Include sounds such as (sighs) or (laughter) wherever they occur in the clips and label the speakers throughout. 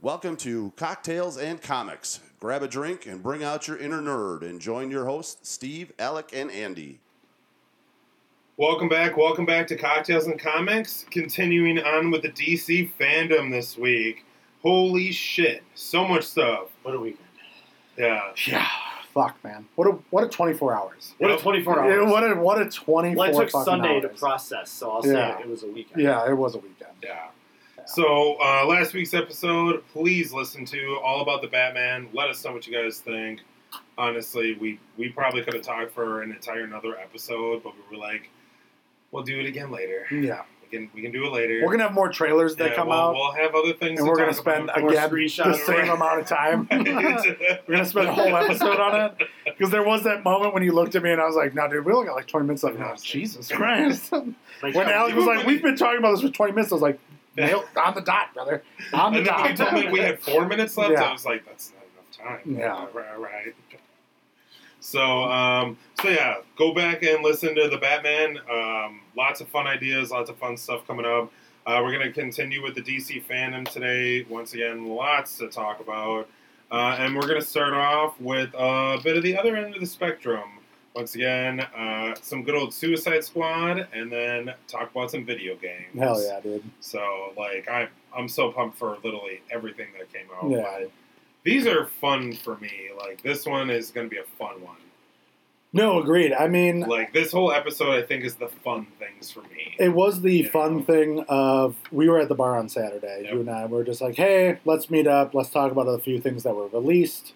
Speaker 1: Welcome to Cocktails and Comics. Grab a drink and bring out your inner nerd and join your hosts, Steve, Alec, and Andy.
Speaker 2: Welcome back. Welcome back to Cocktails and Comics. Continuing on with the DC fandom this week. Holy shit. So much stuff.
Speaker 3: What a weekend.
Speaker 2: Yeah.
Speaker 3: Yeah.
Speaker 4: Fuck, man. What a what a 24 hours.
Speaker 3: What a
Speaker 2: Yep.
Speaker 3: 24
Speaker 4: Yeah,
Speaker 3: hours.
Speaker 4: what a what a 24
Speaker 3: well, it took
Speaker 4: fucking
Speaker 3: Sunday to
Speaker 4: hours.
Speaker 3: process, so I'll
Speaker 4: Yeah.
Speaker 3: say it was a weekend.
Speaker 4: Yeah, it was a weekend.
Speaker 2: Yeah. So, uh, last week's episode, please listen to all about the Batman. Let us know what you guys think. Honestly, we, we probably could have talked for an entire another episode, but we were like, we'll do it again later.
Speaker 4: Yeah,
Speaker 2: We can we can do it later.
Speaker 4: we're gonna have more trailers that
Speaker 2: Yeah,
Speaker 4: come
Speaker 2: we'll,
Speaker 4: out,
Speaker 2: We'll have other things, to
Speaker 4: and we're gonna
Speaker 2: talk (laughs)
Speaker 4: spend (laughs)
Speaker 2: about.
Speaker 3: More
Speaker 4: again
Speaker 3: screenshot
Speaker 4: the
Speaker 3: of-
Speaker 4: same amount
Speaker 2: (laughs)
Speaker 4: of time. we're gonna spend a whole episode on it because there was that moment when you looked at me and I was like, "No, dude, we only got like 20 minutes left." now."
Speaker 2: (laughs)
Speaker 4: Jesus Christ!
Speaker 3: Like,
Speaker 4: when Alec was like, "We've been talking about this for 20 minutes," I was like,
Speaker 2: Yeah.
Speaker 4: "Nailed on the dot, brother, on the
Speaker 2: And then when you told me
Speaker 4: dot."
Speaker 2: we had four minutes left,
Speaker 4: Yeah.
Speaker 2: I was like, that's not enough time.
Speaker 4: Yeah.
Speaker 2: All right. all right. So, um, so yeah, go back and listen to the Batman. Um, lots of fun ideas, lots of fun stuff coming up. Uh, we're going to continue with the DC fandom today. Once again, lots to talk about. Uh, and we're going to start off with a bit of the other end of the spectrum. Once again, uh, some good old Suicide Squad, and then talk about some video games.
Speaker 4: (laughs) Hell yeah, dude!
Speaker 2: So like I I'm so pumped for literally everything that came out.
Speaker 4: Yeah.
Speaker 2: But these are fun for me. Like this one is gonna be a fun one.
Speaker 4: No, agreed. I mean,
Speaker 2: Like this whole episode I think is the fun things for me.
Speaker 4: It was the
Speaker 2: You
Speaker 4: fun
Speaker 2: know?
Speaker 4: thing of we were at the bar on Saturday.
Speaker 2: Yep.
Speaker 4: You and I were just like, "Hey, let's meet up. Let's talk about a few things that were released."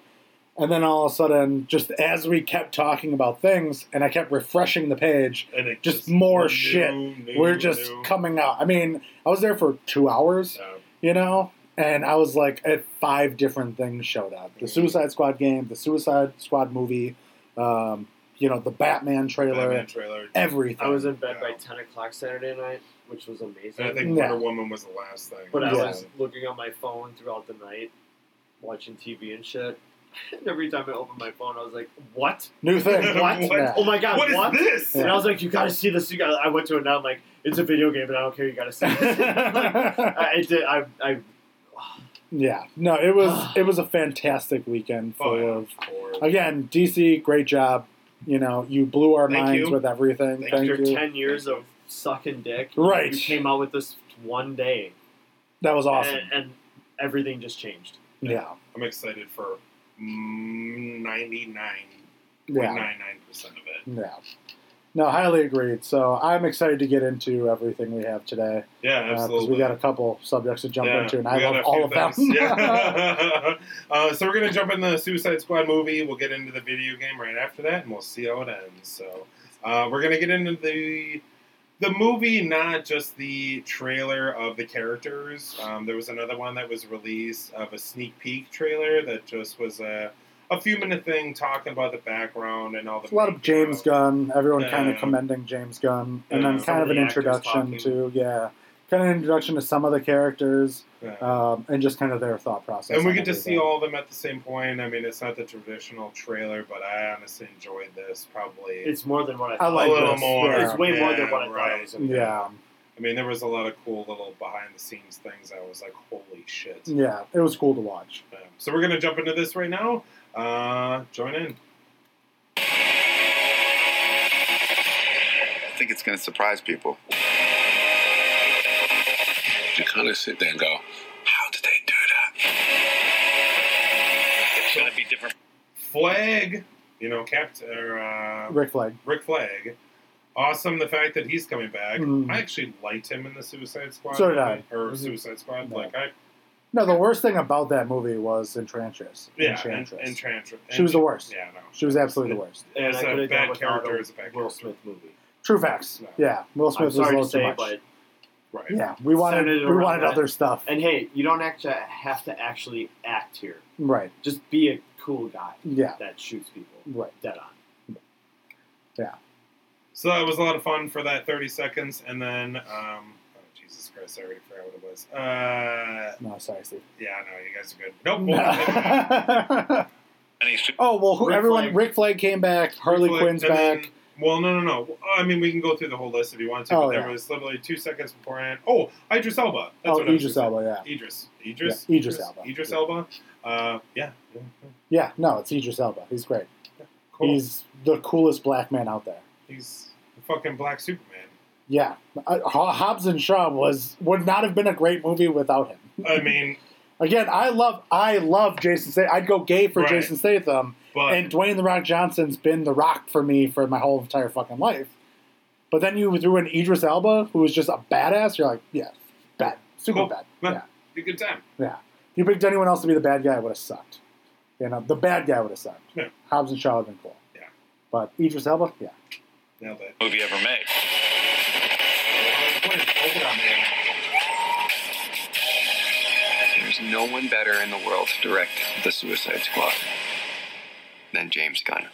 Speaker 4: And then all of a sudden, just as we kept talking about things, and I kept refreshing the page,
Speaker 2: And it
Speaker 4: just more
Speaker 2: new,
Speaker 4: shit.
Speaker 2: new,
Speaker 4: we're just
Speaker 2: new.
Speaker 4: coming out. I mean, I was there for two hours,
Speaker 2: Yeah.
Speaker 4: you know, and I was like, at five different things showed up: the
Speaker 2: Mhm.
Speaker 4: Suicide Squad game, the Suicide Squad movie, um, you know, the Batman trailer,
Speaker 2: Batman trailer.
Speaker 4: everything.
Speaker 3: I was in bed by 10 o'clock Saturday night, which was
Speaker 2: And I
Speaker 3: amazing.
Speaker 2: think
Speaker 4: Yeah.
Speaker 2: Wonder Woman was the last thing.
Speaker 3: But I
Speaker 4: Yeah.
Speaker 3: was looking on my phone throughout the night, watching TV and shit. (laughs) And every time I opened my phone, I was like, "What?
Speaker 2: (laughs)
Speaker 4: New thing.
Speaker 2: What?
Speaker 4: (laughs) What? Yeah.
Speaker 3: Oh my god,
Speaker 2: what
Speaker 3: what?"
Speaker 2: is this?
Speaker 3: And I was like, "You gotta see this! You got." to I went to it now. I'm like, "It's a video game, and I don't care. You gotta see."
Speaker 4: (laughs)
Speaker 3: This. Like, I, I did. I, I
Speaker 4: Yeah, no,
Speaker 2: (sighs)
Speaker 4: it was it was a fantastic weekend
Speaker 2: Oh,
Speaker 4: full
Speaker 2: yeah,
Speaker 4: of
Speaker 2: course.
Speaker 4: again DC. Great job, you know, you blew our
Speaker 2: Thank
Speaker 4: minds
Speaker 2: you.
Speaker 4: with everything.
Speaker 2: Thank
Speaker 4: Thank,
Speaker 3: after
Speaker 4: you.
Speaker 3: ten years of sucking dick,
Speaker 4: Right.
Speaker 3: You came out with this one day,
Speaker 4: That was awesome.
Speaker 3: and, and everything just changed.
Speaker 4: yeah,
Speaker 2: I'm excited for ninety nine point
Speaker 4: yeah,
Speaker 2: nine nine percent of it.
Speaker 4: yeah. No, highly agreed. So I'm excited to get into everything we have today
Speaker 2: Yeah,
Speaker 4: because
Speaker 2: absolutely.
Speaker 4: we got a couple subjects to jump
Speaker 2: Yeah,
Speaker 4: into, and
Speaker 2: we
Speaker 4: I
Speaker 2: got a
Speaker 4: love all
Speaker 2: few
Speaker 4: of them.
Speaker 2: things. Yeah. (laughs) uh, so we're gonna jump in the Suicide Squad movie. We'll get into the video game right after that, and we'll see how it ends. So uh, we're gonna get into the the movie, not just the trailer of the characters. Um, there was another one that was released of a sneak peek trailer that just was a a few minute thing talking about the background and all the
Speaker 4: (laughs) It's a lot of James
Speaker 2: background.
Speaker 4: Gunn. Everyone kind
Speaker 2: Yeah.
Speaker 4: of commending James Gunn, and
Speaker 2: Yeah.
Speaker 4: then
Speaker 3: Some
Speaker 4: kind
Speaker 3: of
Speaker 4: of
Speaker 3: the
Speaker 4: an
Speaker 3: actors
Speaker 4: introduction
Speaker 2: talking.
Speaker 4: to yeah, kind of an introduction to some of the characters.
Speaker 2: Yeah.
Speaker 4: um, and just kind of their thought process.
Speaker 2: and we
Speaker 4: on
Speaker 2: get to see
Speaker 4: everything.
Speaker 2: all of them at the same point. I mean, it's not the traditional trailer, but I honestly enjoyed this probably.
Speaker 3: It's more than what I
Speaker 4: I
Speaker 3: thought.
Speaker 4: like
Speaker 2: a little
Speaker 4: this.
Speaker 2: more.
Speaker 4: Yeah.
Speaker 3: It's way more than
Speaker 2: Yeah,
Speaker 3: what I thought
Speaker 2: right.
Speaker 3: it was. Gonna be.
Speaker 4: Yeah,
Speaker 2: I mean, there was a lot of cool little behind the scenes things. I was like, holy shit.
Speaker 4: yeah, it was cool to watch.
Speaker 2: Um, so we're going to jump into this right now. Uh, join in.
Speaker 5: I think it's going to surprise people.
Speaker 6: You kind of sit there and go, how did they do that?
Speaker 7: It's going to be different.
Speaker 2: Flag, you know, Captain, or, uh,
Speaker 4: Rick Flag.
Speaker 2: Rick Flag. Awesome the fact that he's coming back.
Speaker 4: Mhm.
Speaker 2: I actually liked him in the Suicide Squad.
Speaker 4: So did I.
Speaker 2: Or
Speaker 4: Mhm.
Speaker 2: Suicide Squad.
Speaker 4: Yeah.
Speaker 2: Like, I.
Speaker 4: No, the worst thing about that movie was Enchantress.
Speaker 2: Yeah,
Speaker 4: Enchantress.
Speaker 2: and, and Trantra-
Speaker 4: She was the worst.
Speaker 2: Yeah, no.
Speaker 4: she was absolutely the worst.
Speaker 3: And
Speaker 2: As
Speaker 3: I
Speaker 2: a
Speaker 3: could have
Speaker 2: bad
Speaker 3: done without
Speaker 2: character,
Speaker 3: a
Speaker 2: as a bad
Speaker 3: Will
Speaker 2: character.
Speaker 3: Smith movie.
Speaker 4: True facts.
Speaker 2: No.
Speaker 4: Yeah, Will Smith
Speaker 3: I'm
Speaker 4: was
Speaker 3: sorry
Speaker 4: a
Speaker 3: to
Speaker 4: little too
Speaker 3: say,
Speaker 4: much.
Speaker 3: but
Speaker 2: Right.
Speaker 4: yeah, we wanted
Speaker 3: Centered
Speaker 4: we
Speaker 3: around
Speaker 4: wanted
Speaker 3: that.
Speaker 4: other stuff.
Speaker 3: and hey, you don't actually have to actually act here.
Speaker 4: right.
Speaker 3: Just be a cool guy
Speaker 4: Yeah.
Speaker 3: that shoots people
Speaker 4: Right.
Speaker 3: dead on.
Speaker 2: So that was a lot of fun for that 30 seconds. And then, um, oh, Jesus Christ, I already forgot what it was. Uh,
Speaker 4: No, sorry, Steve.
Speaker 2: yeah, no, you guys are good. Nope. we'll get (laughs) to that.
Speaker 4: oh
Speaker 7: Any su-
Speaker 4: (laughs) well, who,
Speaker 3: Rick
Speaker 4: everyone.
Speaker 3: Flag.
Speaker 4: Rick Flag came back. Harley
Speaker 2: Flag,
Speaker 4: Quinn's
Speaker 2: and
Speaker 4: back.
Speaker 2: then Well, no, no, no. I mean, we can go through the whole list if you want to.
Speaker 4: Oh,
Speaker 2: but there
Speaker 4: yeah.
Speaker 2: was literally two seconds beforehand. Oh, Idris Elba. That's
Speaker 4: oh,
Speaker 2: what I was
Speaker 4: Idris
Speaker 2: gonna
Speaker 4: Elba, yeah.
Speaker 2: say. Idris. Idris.
Speaker 4: Yeah, Idris Elba.
Speaker 2: Idris
Speaker 4: Yeah.
Speaker 2: Elba. Uh, yeah.
Speaker 4: Yeah, no, it's Idris Elba. He's great.
Speaker 2: Cool. He's,
Speaker 4: He's the coolest black man out there.
Speaker 2: the fucking Black Superman.
Speaker 4: Yeah, uh, Ho- Hobbs and Shaw was would not have been a great movie without him.
Speaker 2: I mean,
Speaker 4: Again, I love I love Jason Statham. I'd go gay for
Speaker 2: Right.
Speaker 4: Jason Statham,
Speaker 2: but
Speaker 4: and Dwayne the Rock Johnson's been the Rock for me for my whole entire fucking life. But then you threw in Idris Elba, who was just a badass. You're like, yeah, bad, super
Speaker 2: Cool.
Speaker 4: bad.
Speaker 2: Nah.
Speaker 4: Yeah.
Speaker 2: a good time.
Speaker 4: If you picked anyone else to be the bad guy, it would have sucked. You know, the bad guy would have sucked.
Speaker 2: Yeah.
Speaker 4: Hobbs and Shaw would have been cool.
Speaker 2: Yeah.
Speaker 4: But Idris Elba, yeah.
Speaker 2: Nailed it.
Speaker 6: Movie ever made.
Speaker 5: There's no one better in the world to direct the Suicide Squad than James Gunn.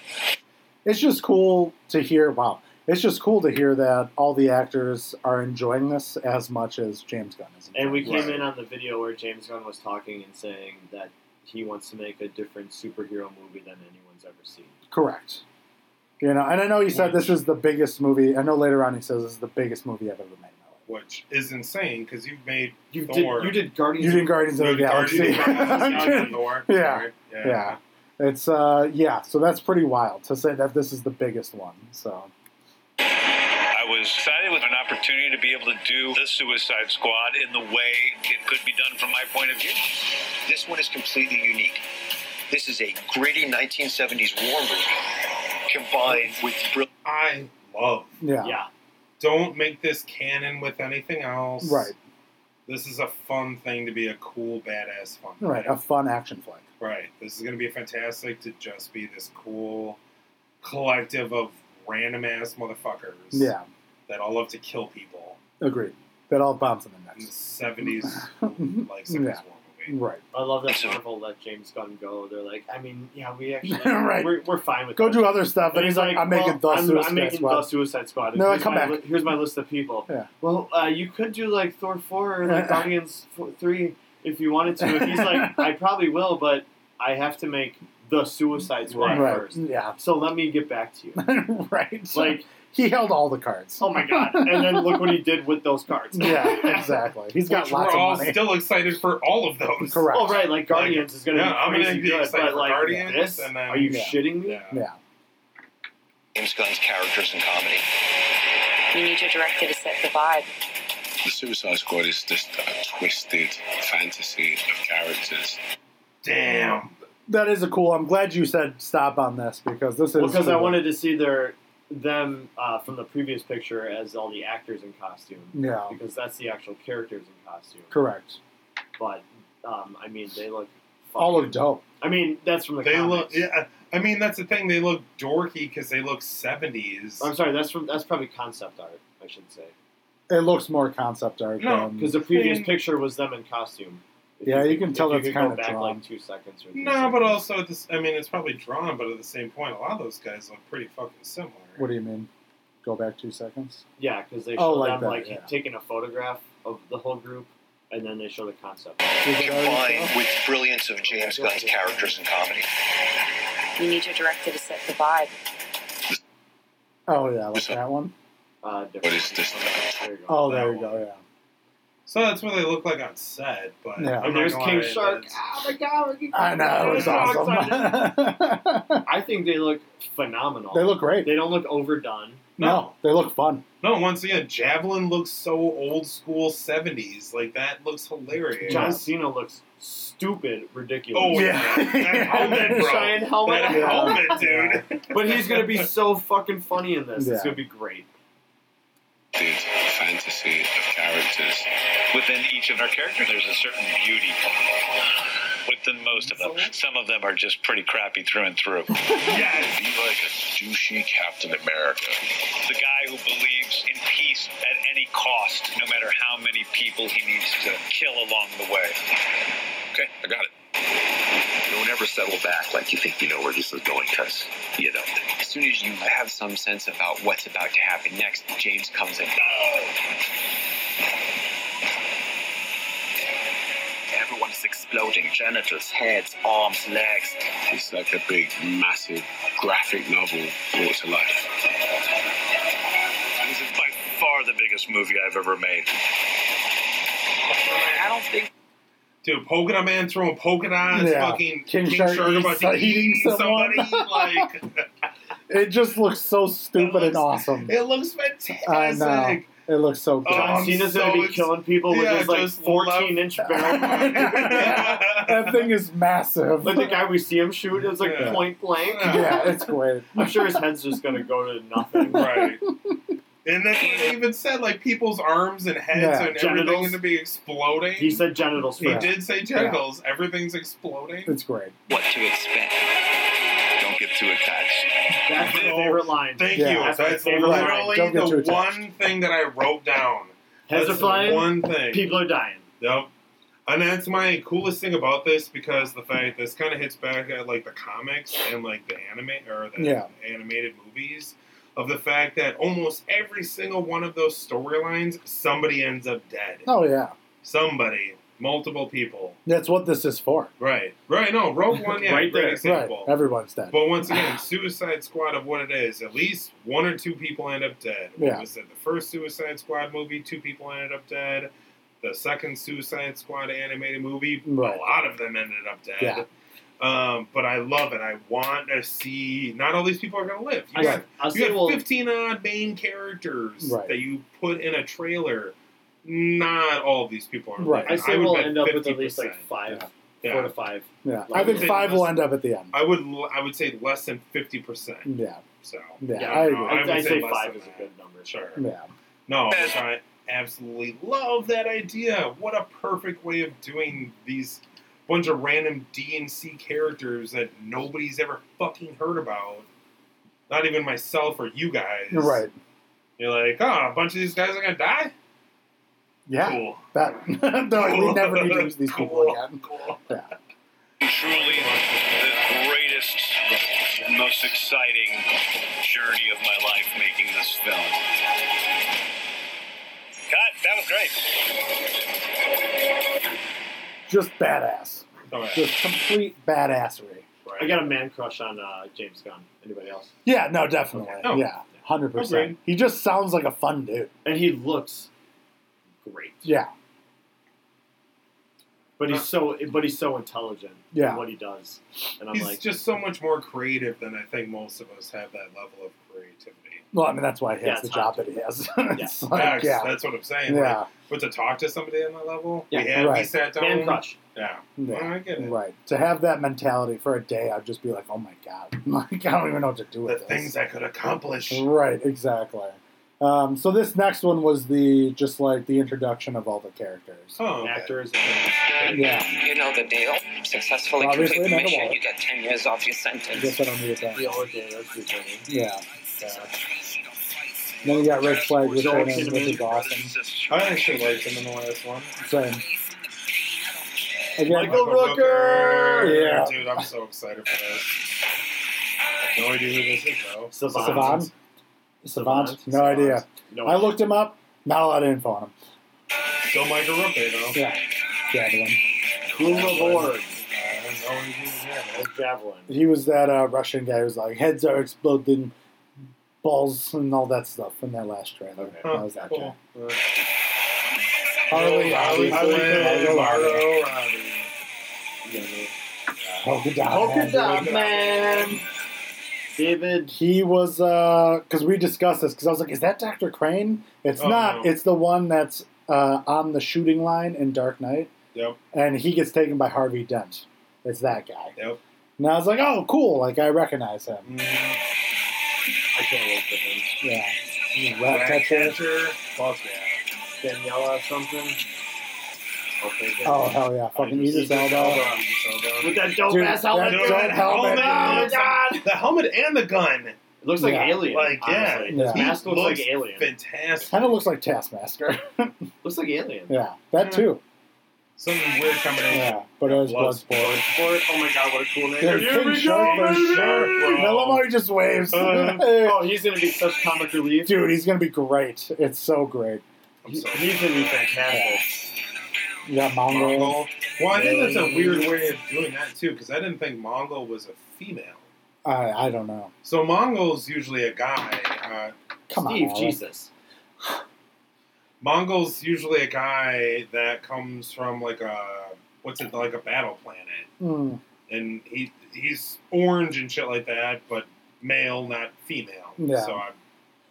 Speaker 4: It's just cool to hear. Wow. It's just cool to hear that all the actors are enjoying this as much as James Gunn is.
Speaker 3: And we
Speaker 4: enjoying
Speaker 3: came
Speaker 4: it.
Speaker 3: in on the video where James Gunn was talking and saying that he wants to make a different superhero movie than anyone's ever seen.
Speaker 4: Correct. You know, and I know he said this is the biggest movie. I know later on he says this is the biggest movie I've ever made. in my life.
Speaker 2: Which is insane because you've made
Speaker 3: You
Speaker 2: Thor.
Speaker 3: did. You did Guardians.
Speaker 4: You did Guardians of the
Speaker 2: You've already
Speaker 4: Galaxy. (laughs)
Speaker 2: done Thor.
Speaker 4: Yeah.
Speaker 2: Right?
Speaker 4: Yeah. It's uh yeah, so that's pretty wild to say that this is the biggest one. So
Speaker 7: I was excited with an opportunity to be able to do the Suicide Squad in the way it could be done from my point of view.
Speaker 5: This one is completely unique. This is a gritty 1970s war movie combined with brilliant.
Speaker 2: I love.
Speaker 4: yeah.
Speaker 3: Yeah.
Speaker 2: Don't make this canon with anything else.
Speaker 4: Right.
Speaker 2: This is a fun thing to be a cool, badass fun.
Speaker 4: Right. A
Speaker 2: thing.
Speaker 4: fun action flick.
Speaker 2: Right. This is going to be fantastic to just be this cool collective of random ass motherfuckers.
Speaker 4: Yeah.
Speaker 2: That all love to kill people
Speaker 4: Agreed. That all bombs in the
Speaker 2: in the
Speaker 4: next. (laughs)
Speaker 2: seventies, like seventies
Speaker 4: Yeah.
Speaker 2: war movie.
Speaker 4: Right.
Speaker 3: I love that
Speaker 5: So-
Speaker 3: Marvel let James Gunn go. They're like, I mean, yeah,
Speaker 4: (laughs)
Speaker 3: we actually,
Speaker 4: Right.
Speaker 3: we're, we're fine with
Speaker 4: Go
Speaker 3: this.
Speaker 4: do other stuff.
Speaker 3: And he's like,
Speaker 4: I'm
Speaker 3: well,
Speaker 4: making the
Speaker 3: I'm,
Speaker 4: Suicide
Speaker 3: I'm making
Speaker 4: Squad.
Speaker 3: the Suicide Squad.
Speaker 4: No,
Speaker 3: here's
Speaker 4: come
Speaker 3: my
Speaker 4: back.
Speaker 3: li- here's my list of people.
Speaker 4: Yeah.
Speaker 3: Well, uh, you could do like Thor four or
Speaker 4: (laughs)
Speaker 3: like Guardians f- three if you wanted to. And he's like, I probably will, but I have to make the Suicide Squad
Speaker 4: right.
Speaker 3: first.
Speaker 4: Yeah. (laughs)
Speaker 3: So let me get back to you.
Speaker 4: right.
Speaker 3: Like,
Speaker 4: he held all the cards.
Speaker 3: oh my god! And then look what he did with those cards. (laughs)
Speaker 4: (laughs) Yeah, exactly. He's got
Speaker 2: Which
Speaker 4: lots
Speaker 2: we're all
Speaker 4: of money.
Speaker 2: still excited for all of those.
Speaker 4: Correct.
Speaker 3: Oh right, like Guardians is gonna
Speaker 2: yeah, I'm
Speaker 3: be
Speaker 2: gonna
Speaker 3: crazy
Speaker 2: be
Speaker 3: good,
Speaker 2: excited
Speaker 3: but
Speaker 2: for
Speaker 3: like
Speaker 2: Guardians,
Speaker 3: this,
Speaker 2: and then-
Speaker 3: are you
Speaker 4: Yeah.
Speaker 3: shitting me?
Speaker 2: Yeah.
Speaker 4: Yeah.
Speaker 5: James Gunn's characters in comedy.
Speaker 8: You need your director to set the vibe.
Speaker 6: The Suicide Squad is just a twisted fantasy of characters.
Speaker 2: Damn.
Speaker 4: That is a cool. I'm glad you said stop on this because this is
Speaker 3: Well, because I
Speaker 4: cool.
Speaker 3: wanted to see their them uh, from the previous picture as all the actors in costume,
Speaker 4: Yeah.
Speaker 3: because that's the actual characters in costume.
Speaker 4: Correct.
Speaker 3: But um, I mean, they look. Fucking,
Speaker 4: All look dope.
Speaker 3: I mean, that's from the.
Speaker 2: They look.
Speaker 3: comics.
Speaker 2: Yeah. I mean, that's the thing. They look dorky because they look seventies.
Speaker 3: I'm sorry. That's from. That's probably concept art. I should say
Speaker 4: Mm. It looks more concept art.
Speaker 2: No,
Speaker 4: than,
Speaker 3: because the previous
Speaker 2: mean-
Speaker 3: picture was them in costume. If
Speaker 4: Yeah, you
Speaker 3: could-
Speaker 4: can tell
Speaker 3: if
Speaker 4: that's
Speaker 3: you could
Speaker 4: kinda
Speaker 3: go back
Speaker 4: drawn.
Speaker 3: like two seconds. Or three
Speaker 2: No, but
Speaker 3: seconds.
Speaker 2: also at this, I mean, it's probably drawn, but at the same point, a lot of those guys look pretty fucking similar.
Speaker 4: what do you mean? Go back two seconds.
Speaker 3: yeah, because they
Speaker 4: Oh,
Speaker 3: show
Speaker 4: like
Speaker 3: them
Speaker 4: that,
Speaker 3: like
Speaker 4: yeah.
Speaker 3: taking a photograph of the whole group, and then they show the concept.
Speaker 4: Is it already
Speaker 5: Combined
Speaker 4: shown?
Speaker 5: with brilliance of James Gunn's characters in comedy.
Speaker 8: You need your director to set the vibe.
Speaker 4: Oh yeah, like that one.
Speaker 3: Uh,
Speaker 6: But it's just-
Speaker 3: There you go.
Speaker 4: Oh, there we go.
Speaker 2: So that's what they look like on set. But
Speaker 4: Yeah.
Speaker 2: I'm not
Speaker 3: And there's
Speaker 2: gonna
Speaker 3: King
Speaker 2: lie,
Speaker 3: Shark.
Speaker 2: that's-
Speaker 3: Oh my god!
Speaker 4: Yeah, I know it was
Speaker 2: Yeah.
Speaker 4: awesome.
Speaker 3: I think they look phenomenal.
Speaker 4: (laughs) they look great.
Speaker 3: They don't look overdone.
Speaker 4: No,
Speaker 2: No.
Speaker 4: they look fun.
Speaker 2: No, once again, Javelin looks so old school '70s. Like that looks hilarious.
Speaker 3: John Cena looks stupid, ridiculous.
Speaker 2: oh
Speaker 4: Yeah.
Speaker 2: yeah, that
Speaker 4: (laughs)
Speaker 2: helmet, bro.
Speaker 3: Giant helmet.
Speaker 2: That helmet, dude.
Speaker 3: But he's gonna be so fucking funny in this.
Speaker 4: Yeah.
Speaker 3: It's gonna be great.
Speaker 6: Twisted fantasy of characters.
Speaker 7: Within each of our characters, there's a certain beauty within most of them. Some of them are just pretty crappy through and through.
Speaker 2: Yes.
Speaker 6: Be like a douchey Captain America.
Speaker 7: The guy who believes in peace at any cost, no matter how many people he needs to kill along the way.
Speaker 6: Okay, I got it.
Speaker 5: Don't ever settle back like you think you know where this is going, because you don't. As soon as you have some sense about what's about to happen next, James comes in. Everyone is lips exploding, genitals, heads, arms, legs.
Speaker 6: It's like a big, massive graphic novel brought to life.
Speaker 7: This is by far the biggest movie I've ever made.
Speaker 5: I don't think
Speaker 2: Dude, Polka Man throwing polka dots,
Speaker 4: Yeah.
Speaker 2: fucking
Speaker 4: King
Speaker 2: King,
Speaker 4: Shark
Speaker 2: Shark,
Speaker 4: eats-
Speaker 2: about to
Speaker 4: eating
Speaker 2: eat
Speaker 4: someone.
Speaker 2: somebody. like
Speaker 4: It just looks so stupid and
Speaker 2: looks-
Speaker 4: awesome.
Speaker 2: it looks
Speaker 4: I know.
Speaker 2: fantastic.
Speaker 4: It looks so good.
Speaker 2: Oh,
Speaker 3: John
Speaker 2: I'm
Speaker 3: Cena's
Speaker 2: so
Speaker 3: gonna be
Speaker 2: ex-
Speaker 3: killing people with
Speaker 2: Yeah,
Speaker 3: his like
Speaker 2: just
Speaker 3: 14 inch
Speaker 2: (laughs)
Speaker 3: barrel.
Speaker 4: (laughs) that thing is massive. (laughs)
Speaker 3: like the guy we see him shoot is like
Speaker 2: Yeah.
Speaker 3: point blank.
Speaker 4: yeah, it's great.
Speaker 3: I'm sure his head's just gonna go to nothing.
Speaker 4: (laughs)
Speaker 2: right. And that's what they even said, like people's arms and heads
Speaker 4: Yeah.
Speaker 2: and everything
Speaker 3: Genitals.
Speaker 2: going to be exploding.
Speaker 3: He said genitals
Speaker 2: He
Speaker 3: first.
Speaker 2: did say genitals. Everything's exploding.
Speaker 4: It's great.
Speaker 5: what to expect.
Speaker 7: Don't get too attached.
Speaker 3: That's my
Speaker 2: No.
Speaker 3: favorite line.
Speaker 2: Oh, Thank
Speaker 4: Yeah.
Speaker 2: you.
Speaker 3: That's
Speaker 2: That's,
Speaker 3: my favorite line.
Speaker 4: Don't get
Speaker 2: literally
Speaker 4: too
Speaker 2: the one thing that I wrote down.
Speaker 3: Heads
Speaker 2: That's
Speaker 3: are
Speaker 2: the
Speaker 3: flying.
Speaker 2: One thing.
Speaker 3: People are dying.
Speaker 2: Yep. And that's my coolest thing about this because the fact this kind of hits back at like the comics and like the anime or the
Speaker 4: Yeah.
Speaker 2: animated movies of the fact that almost every single one of those storylines somebody ends up dead.
Speaker 4: Oh yeah,
Speaker 2: Somebody, multiple people.
Speaker 4: that's what this is for.
Speaker 2: Right. Right. No,
Speaker 4: (laughs)
Speaker 2: Rogue One, yeah, great
Speaker 3: Right there.
Speaker 4: Right,
Speaker 2: example.
Speaker 4: everyone's dead.
Speaker 2: But once again, Suicide Squad of what it is, at least one or two people end up dead.
Speaker 4: Yeah.
Speaker 2: What was it? The first Suicide Squad movie, two people ended up dead. The second Suicide Squad animated movie,
Speaker 4: Right.
Speaker 2: a lot of them ended up dead.
Speaker 4: Yeah.
Speaker 2: Um, but I love it. I want to see. Not all these people are going to live.
Speaker 3: I,
Speaker 2: You got,
Speaker 3: I'll
Speaker 2: you
Speaker 3: say,
Speaker 2: got
Speaker 3: well,
Speaker 2: 15 odd main characters
Speaker 4: Right.
Speaker 2: that you put in a trailer. Not all of these people are
Speaker 4: Right.
Speaker 2: living.
Speaker 3: I say
Speaker 2: would
Speaker 3: we'll
Speaker 2: bet
Speaker 3: end up with at least
Speaker 2: 50%.
Speaker 3: like five,
Speaker 2: Yeah.
Speaker 3: four to five.
Speaker 4: Yeah, I think five will end up at the end.
Speaker 2: I would l- I would say less than fifty percent.
Speaker 4: Yeah,
Speaker 2: So
Speaker 4: yeah,
Speaker 3: Yeah,
Speaker 4: I
Speaker 2: no,
Speaker 4: agree.
Speaker 2: I
Speaker 3: I'd,
Speaker 2: would
Speaker 3: I'd
Speaker 2: say
Speaker 3: say
Speaker 2: less
Speaker 3: five
Speaker 2: than
Speaker 3: is a
Speaker 2: that.
Speaker 3: good number.
Speaker 2: Sure.
Speaker 4: Yeah,
Speaker 2: No, which I absolutely love that idea. What a perfect way of doing these bunch of random D and C characters that nobody's ever fucking heard about. Not even myself or you guys.
Speaker 4: you're right.
Speaker 2: You're like, oh, a bunch of these guys are gonna die.
Speaker 4: Yeah,
Speaker 2: Cool.
Speaker 4: that. (laughs) no, we
Speaker 2: Cool.
Speaker 4: never need to use these people
Speaker 2: Cool.
Speaker 4: again.
Speaker 2: Cool.
Speaker 7: Truly the greatest, most exciting journey of my life making this film. God, that was great.
Speaker 4: Just badass.
Speaker 2: All right.
Speaker 4: Just complete badassery.
Speaker 2: Right.
Speaker 3: I got a man crush on uh, James Gunn. Anybody else?
Speaker 4: Yeah, no, definitely.
Speaker 2: No.
Speaker 4: Yeah, hundred
Speaker 2: Agreed.
Speaker 4: percent. He just sounds like a fun dude.
Speaker 3: And he looks great,
Speaker 4: Yeah,
Speaker 3: but he's so but he's so intelligent. in
Speaker 4: Yeah.
Speaker 3: what he does, and I'm
Speaker 2: He's
Speaker 3: like,
Speaker 2: just so much more creative than I think most of us have that level of creativity.
Speaker 4: well, I mean that's why he
Speaker 3: Yeah,
Speaker 4: has the
Speaker 3: it's
Speaker 4: job
Speaker 3: hard
Speaker 4: that he has. (laughs) it's like,
Speaker 2: Facts,
Speaker 4: Oh, yeah,
Speaker 2: That's what I'm saying. Like,
Speaker 4: yeah,
Speaker 2: but to talk to somebody on that level,
Speaker 3: Yeah,
Speaker 2: we had we
Speaker 4: right.
Speaker 2: sat down.
Speaker 3: man crush.
Speaker 2: Yeah,
Speaker 4: yeah.
Speaker 2: Well, I get it.
Speaker 4: Right. To have that mentality for a day, I'd just be like, oh my God. (laughs) Like, I don't even know what to do
Speaker 2: The
Speaker 4: with this.
Speaker 2: things I could accomplish.
Speaker 4: Right, exactly. Um, so this next one was the just like the introduction of all the characters.
Speaker 2: Oh, okay.
Speaker 3: Actors.
Speaker 4: Yeah,
Speaker 5: You know the deal. Successfully
Speaker 4: Obviously,
Speaker 5: complete the
Speaker 4: another
Speaker 5: mission,
Speaker 4: one.
Speaker 5: you get 10 years off your
Speaker 4: I
Speaker 5: sentence.
Speaker 4: guess I don't need that.
Speaker 3: all did. That's returning.
Speaker 4: Yeah. yeah. Then we got Red Flag returning, which is awesome.
Speaker 2: I actually liked him in the last one.
Speaker 4: Same. Again,
Speaker 3: Michael Rooker!
Speaker 4: Yeah.
Speaker 2: dude, I'm so excited for this. I have no idea who this is though.
Speaker 3: Savant.
Speaker 4: Savant. Savant. No
Speaker 3: Savant.
Speaker 4: idea.
Speaker 3: No
Speaker 4: I looked him up. Not a lot of info on him.
Speaker 2: Still Michael Rooker though.
Speaker 4: Yeah. Javelin.
Speaker 3: Clue of
Speaker 2: I
Speaker 3: Org.
Speaker 2: don't know who he is yet, though.
Speaker 3: Javelin.
Speaker 4: He was that uh, Russian guy who was like, heads are exploding, balls, and all that stuff in that last trailer. That was that guy.
Speaker 2: Cool. Uh,
Speaker 4: Harley,
Speaker 2: Harley
Speaker 4: Harley,
Speaker 2: Quinn,
Speaker 4: Harley,
Speaker 2: Margot Robbie.
Speaker 4: Polka dot
Speaker 3: Polka
Speaker 4: man.
Speaker 3: dot man. David.
Speaker 4: He was because we discussed this because I was like, "Is that Doctor Crane?" It's
Speaker 2: Oh,
Speaker 4: not.
Speaker 2: no.
Speaker 4: It's the one that's uh, on the shooting line in Dark Knight,
Speaker 2: Yep.
Speaker 4: and he gets taken by Harvey Dent. It's that guy.
Speaker 2: Yep.
Speaker 4: And I was like, "Oh, cool! Like I recognize him."
Speaker 2: Mm,
Speaker 3: I can't wait for him.
Speaker 2: Rat
Speaker 4: Yeah. Rat catcher.
Speaker 2: Catcher. Fuck yeah.
Speaker 3: Daniela something. Okay. good.
Speaker 4: Oh hell yeah! Fucking Idris Elba.
Speaker 3: With that dope
Speaker 4: Dude,
Speaker 3: ass
Speaker 4: that
Speaker 3: helmet.
Speaker 4: dope
Speaker 3: dude.
Speaker 4: helmet,
Speaker 3: Oh,
Speaker 4: dude.
Speaker 3: God.
Speaker 2: The helmet and the gun.
Speaker 3: It looks like
Speaker 4: Yeah.
Speaker 3: Alien.
Speaker 2: Like, yeah.
Speaker 3: honestly.
Speaker 4: Yeah.
Speaker 3: His mask
Speaker 2: He
Speaker 3: looks,
Speaker 2: looks
Speaker 3: like Alien.
Speaker 2: Fantastic.
Speaker 4: Kind of looks like Taskmaster. (laughs)
Speaker 3: Looks like Alien.
Speaker 4: yeah, that too.
Speaker 2: Something weird combination.
Speaker 4: Yeah, but it was Bloodsport.
Speaker 3: Bloodsport. Oh my god, what a cool name.
Speaker 4: Dude,
Speaker 2: Here
Speaker 4: King
Speaker 2: we
Speaker 4: Shark
Speaker 2: go,
Speaker 4: for
Speaker 2: baby!
Speaker 4: sure.
Speaker 2: Bro.
Speaker 4: Malamar just waves.
Speaker 2: Uh,
Speaker 4: Hey. (laughs)
Speaker 3: Oh, he's gonna be such comic relief.
Speaker 4: Dude, he's gonna be great. It's so great.
Speaker 2: I'm sorry.
Speaker 3: He's gonna be fantastic.
Speaker 4: You got Mongol.
Speaker 2: Mongol. Well, I think that's a weird way of doing that too, because I didn't think Mongol was a female.
Speaker 4: I, I don't know.
Speaker 2: So Mongol's usually a guy. Uh,
Speaker 4: Come
Speaker 3: Steve,
Speaker 4: on. Alex.
Speaker 3: Jesus.
Speaker 2: Mongol's usually a guy that comes from like a what's it like a battle planet,
Speaker 4: Hmm.
Speaker 2: and he he's orange and shit like that, but male, not female.
Speaker 4: Yeah.
Speaker 2: So I'm,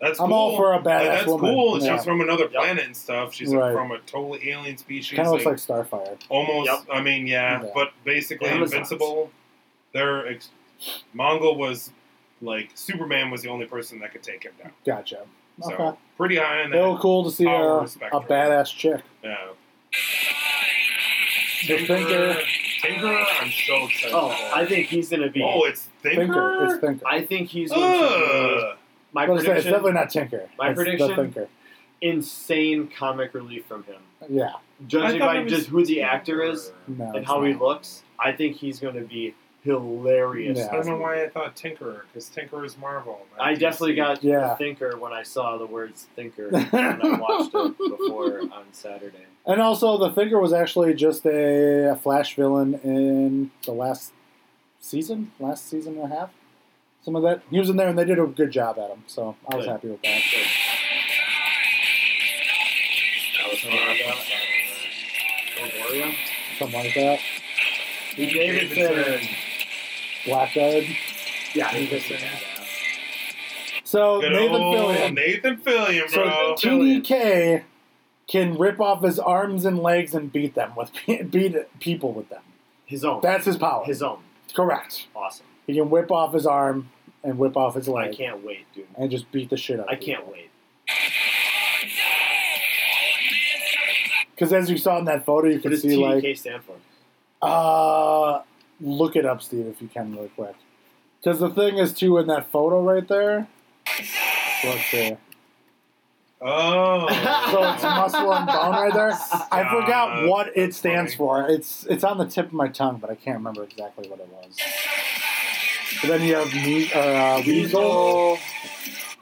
Speaker 2: that's
Speaker 4: I'm
Speaker 2: cool.
Speaker 4: all for a badass
Speaker 2: Like, that's
Speaker 4: woman.
Speaker 2: cool.
Speaker 4: Yeah.
Speaker 2: She's from another planet and stuff. She's
Speaker 4: Right.
Speaker 2: from a total alien species.
Speaker 4: Kind of looks like Starfire.
Speaker 2: almost.
Speaker 3: Yep.
Speaker 2: I mean, yeah,
Speaker 4: Yeah.
Speaker 2: but basically
Speaker 3: Amazons.
Speaker 2: invincible. Their ex- Mongol was like Superman was the only person that could take him down.
Speaker 4: Gotcha.
Speaker 2: So Oh,
Speaker 4: Okay.
Speaker 2: pretty high on that.
Speaker 4: Real cool to see a,
Speaker 2: Power
Speaker 4: a
Speaker 2: spectrum.
Speaker 4: badass chick.
Speaker 2: Yeah.
Speaker 4: The Thinker.
Speaker 2: Tinker, I'm so excited.
Speaker 3: Oh,
Speaker 2: for
Speaker 3: I
Speaker 2: it.
Speaker 3: think he's gonna be.
Speaker 2: oh, it's Thinker.
Speaker 4: Thinker. It's Thinker.
Speaker 3: I think he's going to
Speaker 2: Ugh.
Speaker 3: be my
Speaker 4: What is that? It's
Speaker 3: prediction.
Speaker 4: definitely not Tinker.
Speaker 3: My
Speaker 4: It's the
Speaker 3: prediction-
Speaker 4: Thinker.
Speaker 3: insane comic relief from him,
Speaker 4: Yeah.
Speaker 2: I
Speaker 3: judging
Speaker 2: thought
Speaker 3: by
Speaker 2: it was
Speaker 3: just who the actor is
Speaker 4: No,
Speaker 3: and
Speaker 4: it's
Speaker 3: how he
Speaker 4: not.
Speaker 3: looks. I think he's going to be hilarious.
Speaker 4: Yeah.
Speaker 2: I don't know why I thought Tinkerer, because Tinker is Marvel. not
Speaker 3: I
Speaker 2: DC.
Speaker 3: definitely got
Speaker 4: Yeah.
Speaker 3: the thinker when I saw the words (laughs) thinker when I watched it before on Saturday.
Speaker 4: And also, the Thinker was actually just a, a Flash villain in the last season, last season and a half. Some of that he was in there, and they did a good job at him. So I was
Speaker 3: Good.
Speaker 4: happy with that.
Speaker 3: That was fun. Longoria?
Speaker 4: Something like that.
Speaker 3: He gave it to
Speaker 4: Blackguard.
Speaker 3: Yeah, he just a badass.
Speaker 4: So
Speaker 2: Good
Speaker 4: Nathan
Speaker 2: old
Speaker 4: Fillion.
Speaker 2: Nathan Fillion,
Speaker 4: So
Speaker 2: bro.
Speaker 4: TDK can rip off his arms and legs and beat them with (laughs) beat people with them.
Speaker 3: His own.
Speaker 4: That's his power.
Speaker 3: his own.
Speaker 4: Correct.
Speaker 3: Awesome.
Speaker 4: He can whip off his arm and whip off his
Speaker 3: I
Speaker 4: leg
Speaker 3: can't wait, dude.
Speaker 4: and just beat the shit out.
Speaker 3: I can't wait.
Speaker 4: because as you saw in that photo, you
Speaker 3: What
Speaker 4: could
Speaker 3: does
Speaker 4: see like
Speaker 3: TDK stand for?
Speaker 4: Uh, look it up, Steve, if you can, real quick. Because the thing is, too, in that photo right there. Let's see.
Speaker 2: Oh.
Speaker 4: So
Speaker 3: (laughs)
Speaker 4: it's muscle and bone right there. I forgot what it stands for. It's it's on the tip of my tongue, but I can't remember exactly what it was. But then you have Me- or, uh, Weasel,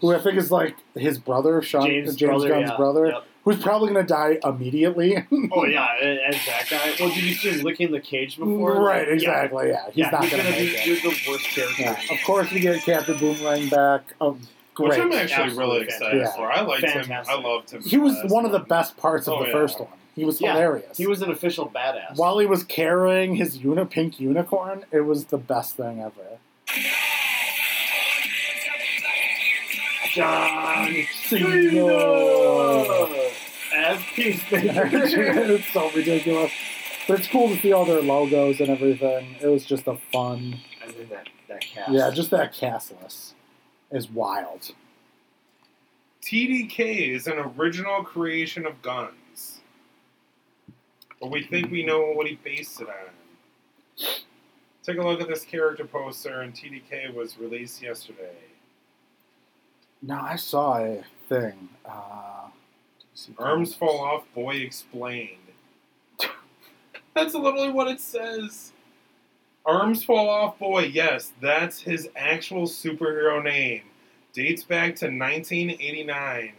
Speaker 4: who I think is like his brother, Sean
Speaker 3: James'
Speaker 4: James,
Speaker 3: brother,
Speaker 4: Gunn's
Speaker 3: yeah.
Speaker 4: brother,
Speaker 3: Yep.
Speaker 4: who's probably going to die immediately.
Speaker 3: Oh yeah, and and that guy. Well, did you see him licking the cage before?
Speaker 4: (laughs) right,
Speaker 3: Yeah.
Speaker 4: exactly. Yeah, he's
Speaker 3: Yeah,
Speaker 4: not
Speaker 3: he's
Speaker 4: going to
Speaker 3: gonna
Speaker 4: make
Speaker 3: be
Speaker 4: it.
Speaker 3: you're the worst character.
Speaker 4: Yeah, of course we get Captain Boomerang back. Oh,
Speaker 2: Which
Speaker 4: great.
Speaker 2: I'm actually really
Speaker 3: Absolutely
Speaker 2: excited
Speaker 4: fantastic.
Speaker 2: for. I liked
Speaker 3: Fantastic.
Speaker 2: him. I loved him.
Speaker 4: he was
Speaker 2: That's
Speaker 4: one of the best parts of
Speaker 2: Oh,
Speaker 4: the
Speaker 2: yeah.
Speaker 4: first one. He was
Speaker 3: Yeah,
Speaker 4: hilarious.
Speaker 3: He was an official badass.
Speaker 4: while he was carrying his uni- pink unicorn, it was the best thing
Speaker 2: (laughs)
Speaker 4: ever. (laughs)
Speaker 3: John
Speaker 4: Cena.
Speaker 3: Cena as Peacemaker.
Speaker 4: it's so ridiculous. But it's cool to see all their logos and everything. It was just a fun.
Speaker 3: I mean that that cast.
Speaker 4: Yeah, just that cast list is wild.
Speaker 2: TDK is an original creation of Guns, but we think we know what he based it on. Take a look at this character poster, and TDK was released yesterday.
Speaker 4: No, I saw a thing. Uh,
Speaker 2: Arms fall off, boy explained. (laughs) that's literally what it says. Arms fall off, boy. Yes, that's his actual superhero name. Dates back to 1989,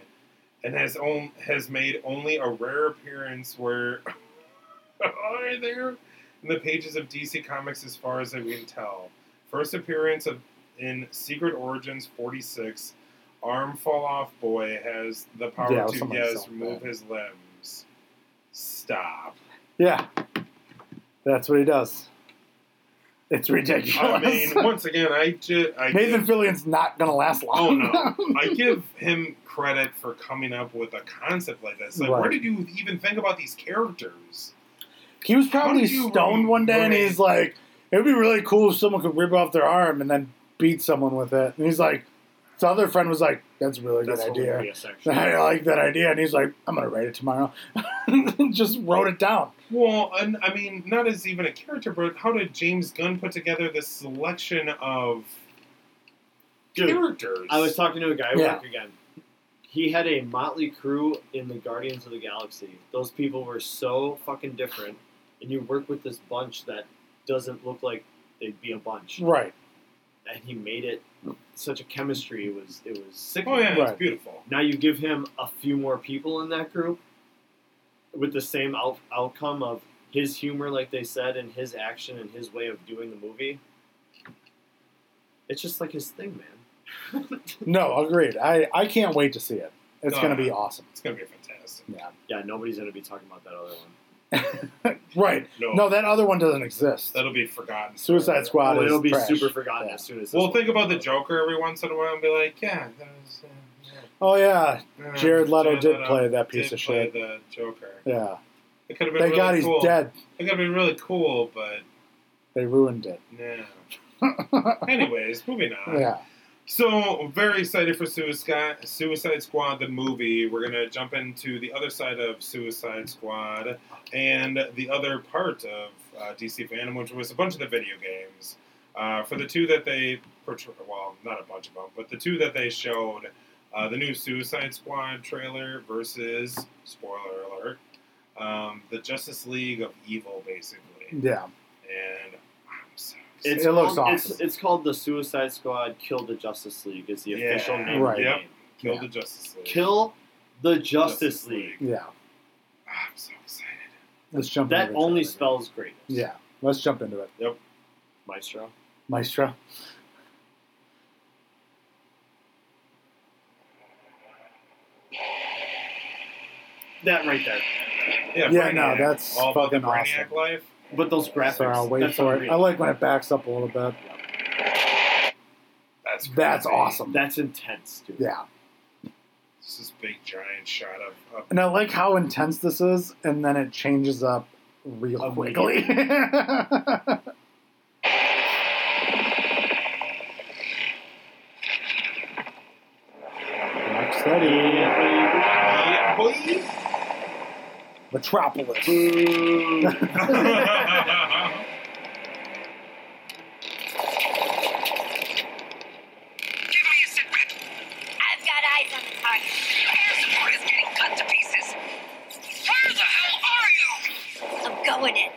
Speaker 2: and has on, has made only a rare appearance where (laughs) are there in the pages of DC Comics, as far as I can tell. First appearance of in Secret Origins 46, Arm Fall Off Boy has the power
Speaker 4: Yeah,
Speaker 2: to
Speaker 4: somebody
Speaker 2: yes
Speaker 4: saw
Speaker 2: remove
Speaker 4: that.
Speaker 2: his limbs. Stop.
Speaker 4: (laughs) Yeah, that's what he does. It's ridiculous.
Speaker 2: I mean, once again, I just I
Speaker 4: (laughs) Nathan
Speaker 2: give,
Speaker 4: Fillion's not gonna last
Speaker 2: (laughs) Oh
Speaker 4: long.
Speaker 2: no,
Speaker 4: (laughs)
Speaker 2: I give him credit for coming up with a concept like this. Like, where
Speaker 4: Right.
Speaker 2: did you even think about these characters?
Speaker 4: he was
Speaker 2: How
Speaker 4: probably
Speaker 2: did you
Speaker 4: stoned one day, and
Speaker 2: remake-
Speaker 4: he's like, "It'd be really cool if someone could rip off their arm and then beat someone with it." And he's like, his other friend was like, "That's a really
Speaker 3: That's
Speaker 4: good idea.
Speaker 3: hilarious, actually.
Speaker 4: (laughs) I like that idea." And he's like, "I'm gonna write it tomorrow." (laughs) Just wrote it down.
Speaker 2: Well, and I mean, not as even a character, but how did James Gunn put together this selection of
Speaker 3: Dude,
Speaker 2: characters?
Speaker 3: I was talking to a guy at
Speaker 4: Yeah.
Speaker 3: work again. He had a motley crew in the Guardians of the Galaxy. Those people were so fucking different, and you work with this bunch that doesn't look like they'd be a bunch.
Speaker 4: Right.
Speaker 3: and he made it such a chemistry. It was it was sick.
Speaker 2: Oh yeah,
Speaker 4: Right.
Speaker 2: it's beautiful.
Speaker 3: Now you give him a few more people in that group. with the same out- outcome of his humor, like they said, and his action and his way of doing the movie. It's just like his thing, man.
Speaker 4: No, agreed. I, I can't wait to see it. It's
Speaker 2: No,
Speaker 4: going to
Speaker 2: no.
Speaker 4: be awesome.
Speaker 2: Oh, It's gonna be fantastic.
Speaker 3: yeah, nobody's gonna be talking about that other one.
Speaker 4: Right.
Speaker 2: No,
Speaker 4: No, that other one doesn't exist.
Speaker 2: that'll be forgotten.
Speaker 4: Suicide Squad
Speaker 3: Oh,
Speaker 4: is
Speaker 3: it'll be
Speaker 4: trash.
Speaker 3: super forgotten
Speaker 4: Yeah.
Speaker 3: as soon as.
Speaker 2: We'll
Speaker 3: this one
Speaker 2: think about the
Speaker 3: comes out.
Speaker 2: Joker every once in a while and be like, yeah, that was, uh, yeah,
Speaker 4: Oh, yeah.
Speaker 2: yeah.
Speaker 4: Jared Leto did
Speaker 2: Leto
Speaker 4: play that piece
Speaker 2: did
Speaker 4: of
Speaker 2: play
Speaker 4: shit.
Speaker 2: The Joker.
Speaker 4: Yeah.
Speaker 2: It could have been
Speaker 4: Thank
Speaker 2: really
Speaker 4: God he's
Speaker 2: cool.
Speaker 4: dead.
Speaker 2: It could have been really cool, but
Speaker 4: They
Speaker 2: (laughs)
Speaker 4: ruined it.
Speaker 2: no. Anyways, moving on.
Speaker 4: Yeah.
Speaker 2: So very excited for Suicide Suicide Squad the movie. We're gonna jump into the other side of Suicide Squad and the other part of uh, DC fandom, which was a bunch of the video games. Uh, for the two that they portray, well, not a bunch of them, but the two that they showed, uh, the new Suicide Squad trailer versus spoiler alert, um, the Justice League of Evil, basically. And
Speaker 4: Yeah.
Speaker 2: I'm so
Speaker 3: It's
Speaker 4: It looks
Speaker 3: called, It's,
Speaker 4: awesome.
Speaker 3: it's called the Suicide Squad. Kill the Justice League is the
Speaker 2: Yeah,
Speaker 3: official name.
Speaker 4: right.
Speaker 2: Yep. kill
Speaker 4: Yeah.
Speaker 2: the Justice League.
Speaker 3: Kill the Justice League.
Speaker 4: Yeah.
Speaker 2: I'm so excited.
Speaker 4: Let's jump
Speaker 3: That
Speaker 4: into the
Speaker 3: only
Speaker 4: trailer.
Speaker 3: spells greatness.
Speaker 4: Yeah. Let's jump into it.
Speaker 3: Maestro.
Speaker 4: Maestro.
Speaker 3: That right there.
Speaker 2: Yeah,
Speaker 4: Yeah, no, that's
Speaker 2: All about the
Speaker 4: fucking
Speaker 2: Brainiac
Speaker 4: awesome.
Speaker 2: life.
Speaker 3: But those graphics.
Speaker 4: Sorry, I'll wait
Speaker 3: that's
Speaker 4: for it.
Speaker 3: unreal.
Speaker 4: I like when it backs up a little bit.
Speaker 2: That's crazy.
Speaker 4: That's awesome.
Speaker 3: That's intense, dude.
Speaker 4: yeah.
Speaker 2: This is big giant shot of, of
Speaker 4: And I like how intense this is, and then it changes up real
Speaker 3: Oh,
Speaker 4: quickly. (laughs) Rock steady.
Speaker 2: yeah, boy.
Speaker 4: Metropolis. (laughs)
Speaker 9: Give me a sit rep. I've got eyes on the target. Air support is getting cut to pieces. Where the hell are you?
Speaker 8: I'm going in.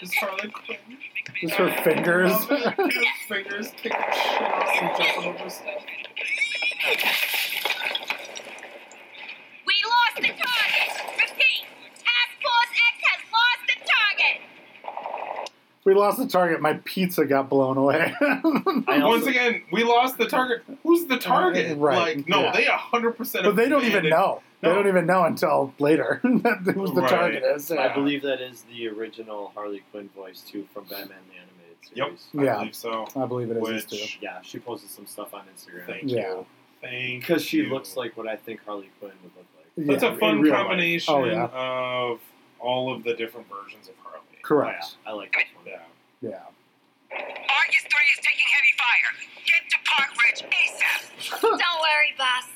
Speaker 2: Is Harley Quinn
Speaker 4: Just her fingers.
Speaker 2: loving her fingers kicking shit off and jumping over stuff?
Speaker 9: We lost the target. Repeat. Task Force X has lost the target.
Speaker 4: we lost the target. My pizza got blown away.
Speaker 3: (laughs)
Speaker 4: (laughs)
Speaker 3: I also,
Speaker 2: Once again, we lost the target. Who's the target?
Speaker 4: Uh, Right,
Speaker 2: Like, no,
Speaker 4: yeah.
Speaker 2: they 100%.
Speaker 4: but they don't even
Speaker 2: abandoned-
Speaker 4: know. They
Speaker 2: No.
Speaker 4: don't even know until later (laughs) who the
Speaker 2: Right.
Speaker 4: target is.
Speaker 3: I
Speaker 4: Yeah.
Speaker 3: believe that is the original Harley Quinn voice too from Batman the Animated Series.
Speaker 2: I
Speaker 4: Yeah.
Speaker 2: believe so.
Speaker 4: I believe it is this too.
Speaker 2: Which,
Speaker 3: Yeah, she posted some stuff on Instagram.
Speaker 2: thank
Speaker 4: Yeah.
Speaker 2: you. Thank
Speaker 3: Because she
Speaker 2: you.
Speaker 3: looks like what I think Harley Quinn would look like.
Speaker 4: Yeah,
Speaker 2: That's a
Speaker 3: in
Speaker 2: fun
Speaker 3: real life.
Speaker 2: combination
Speaker 4: Oh, yeah.
Speaker 2: of all of the different versions of Harley.
Speaker 4: Correct.
Speaker 3: Yeah, I like this one.
Speaker 2: Yeah.
Speaker 4: Yeah.
Speaker 9: Argus 3 is taking heavy fire. Get to Park Ridge ASAP.
Speaker 8: Don't worry, boss.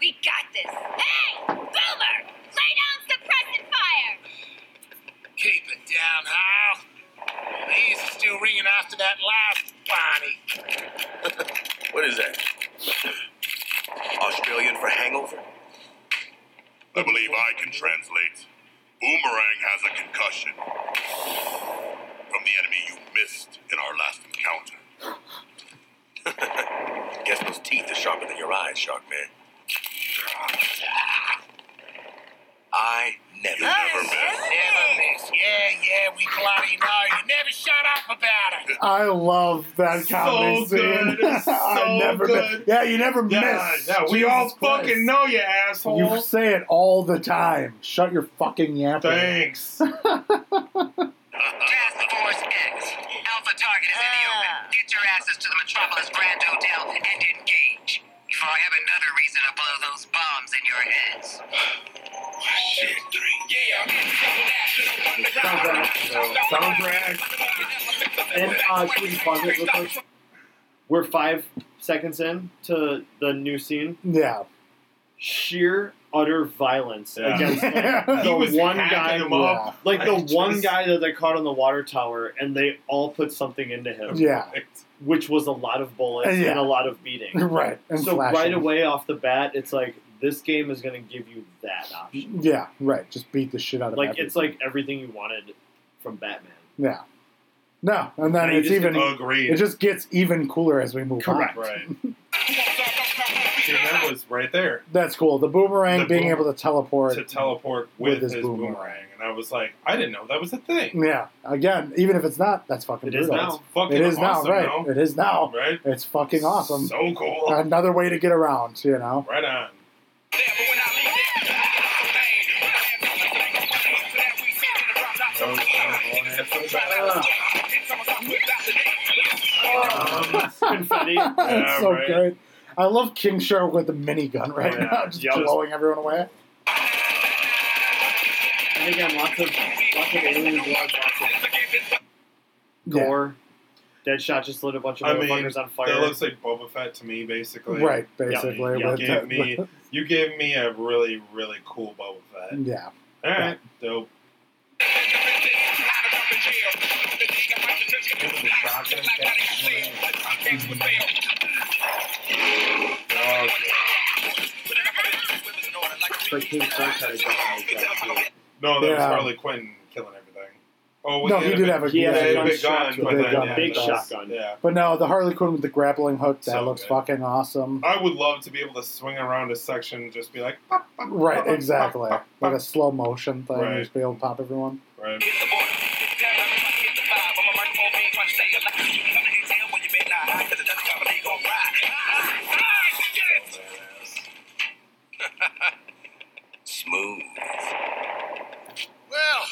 Speaker 8: We got this.
Speaker 9: Hey, Boomer! Lay down suppressant fire.
Speaker 7: Keep it down, Hal. These are still ringing after that last Bonnie.
Speaker 5: (laughs) What is that? Australian for hangover?
Speaker 10: I believe I can translate. Boomerang has a concussion from the enemy you missed in our last encounter.
Speaker 5: (laughs) Guess those teeth are sharper than your eyes, Shark Man. I never, never miss.
Speaker 7: Never miss. Yeah, yeah, we bloody know. You never shut up about it.
Speaker 10: (laughs)
Speaker 4: I love that
Speaker 2: So
Speaker 4: comedy scene.
Speaker 2: good.
Speaker 4: (laughs)
Speaker 2: It's so
Speaker 4: I never
Speaker 2: good.
Speaker 4: miss. Yeah, you never
Speaker 2: Yeah,
Speaker 4: miss.
Speaker 2: yeah, we
Speaker 4: Jesus
Speaker 2: all
Speaker 4: Christ.
Speaker 2: fucking know you, asshole.
Speaker 4: You say it all the time. Shut your fucking yapping. (laughs)
Speaker 2: Thanks.
Speaker 9: Task Force X. Alpha target is in the open. Get your asses to the Metropolis Grand Hotel and engage. Before I have another reason to blow those bombs in your heads.
Speaker 2: Soundtrack.
Speaker 3: And uh, can we pause it real quick? We're five seconds in to the new scene.
Speaker 4: Yeah.
Speaker 3: Sheer utter violence
Speaker 2: Yeah.
Speaker 3: against
Speaker 4: (laughs)
Speaker 3: like,
Speaker 2: He
Speaker 3: the
Speaker 2: was
Speaker 3: one
Speaker 2: hacking
Speaker 3: guy,
Speaker 2: him
Speaker 4: yeah.
Speaker 2: up. (laughs)
Speaker 3: like the
Speaker 2: I just-
Speaker 3: one guy that they caught on the water tower, and they all put something into him,
Speaker 4: Yeah. Uh,
Speaker 3: which was a lot of bullets
Speaker 4: Yeah.
Speaker 3: and a lot of beating.
Speaker 4: Right. (laughs) And
Speaker 3: so
Speaker 4: flashing.
Speaker 3: right away off the bat, it's like this game is going to give you that option.
Speaker 4: Yeah, right. Just beat the shit out of
Speaker 3: Like
Speaker 4: everything.
Speaker 3: it's like everything you wanted from Batman.
Speaker 4: Yeah. No, and then
Speaker 2: And he
Speaker 4: it's
Speaker 2: just
Speaker 4: even.
Speaker 2: agreed.
Speaker 4: It just gets even cooler as we move
Speaker 3: Correct.
Speaker 4: on.
Speaker 2: right. See, that was right there
Speaker 4: That's cool. The boomerang
Speaker 2: The
Speaker 4: being
Speaker 2: boom-
Speaker 4: able to teleport.
Speaker 2: to teleport
Speaker 4: With
Speaker 2: with,
Speaker 4: his
Speaker 2: his
Speaker 4: boomerang.
Speaker 2: boomerang. and I was like, I didn't know that was a thing.
Speaker 4: Yeah. Again, even if it's not, that's fucking
Speaker 3: It is
Speaker 4: brutal.
Speaker 3: now.
Speaker 2: It's fucking
Speaker 4: It is
Speaker 2: awesome,
Speaker 4: now, right?
Speaker 2: yo.
Speaker 4: It is now.
Speaker 2: right?
Speaker 4: It's fucking awesome.
Speaker 2: So cool.
Speaker 4: (laughs) Another way to get around, you know.
Speaker 2: Right on.
Speaker 3: Um, Confetti.
Speaker 4: (laughs) That's
Speaker 2: Yeah, (laughs)
Speaker 4: so
Speaker 2: right.
Speaker 4: good. I love King Shark with the minigun right
Speaker 2: Oh, yeah.
Speaker 4: now, (laughs) just
Speaker 3: Yeah, just-
Speaker 4: blowing everyone away.
Speaker 3: And again, lots of lots of alien blood, lots of
Speaker 4: Yeah.
Speaker 3: gore. Deadshot just lit a bunch of
Speaker 2: I mean,
Speaker 3: motherfuckers on fire.
Speaker 2: That looks like Boba Fett to me, basically.
Speaker 4: Right, basically.
Speaker 2: You
Speaker 4: with
Speaker 2: gave
Speaker 4: the-
Speaker 2: me, you gave me a really, really cool Boba Fett.
Speaker 4: (laughs) yeah.
Speaker 2: All right, dope.
Speaker 3: But King Shark had a gun on his back, too.
Speaker 2: No, that was
Speaker 4: Yeah.
Speaker 2: Harley Quinn killing everything. Oh,
Speaker 4: No, he did have a
Speaker 3: He
Speaker 2: yeah,
Speaker 3: had
Speaker 2: he had
Speaker 4: yeah.
Speaker 2: a big gun,
Speaker 3: Shotgun.
Speaker 2: but
Speaker 4: Big
Speaker 2: then,
Speaker 4: gun.
Speaker 2: yeah,
Speaker 3: Big
Speaker 2: that was-
Speaker 3: shotgun.
Speaker 2: Yeah,
Speaker 4: But no, the Harley Quinn with the grappling hook, that
Speaker 2: So
Speaker 4: looks
Speaker 2: good. (laughs)
Speaker 4: fucking awesome.
Speaker 2: I would love to be able to swing around a section, and just be like, "Pop, pop,
Speaker 4: Right,
Speaker 2: pop, pop,
Speaker 4: exactly.
Speaker 2: pop, pop,
Speaker 4: Like a slow motion thing,
Speaker 2: Right.
Speaker 4: just be able to pop everyone.
Speaker 2: pop." Right.
Speaker 7: Smooth.
Speaker 10: Well,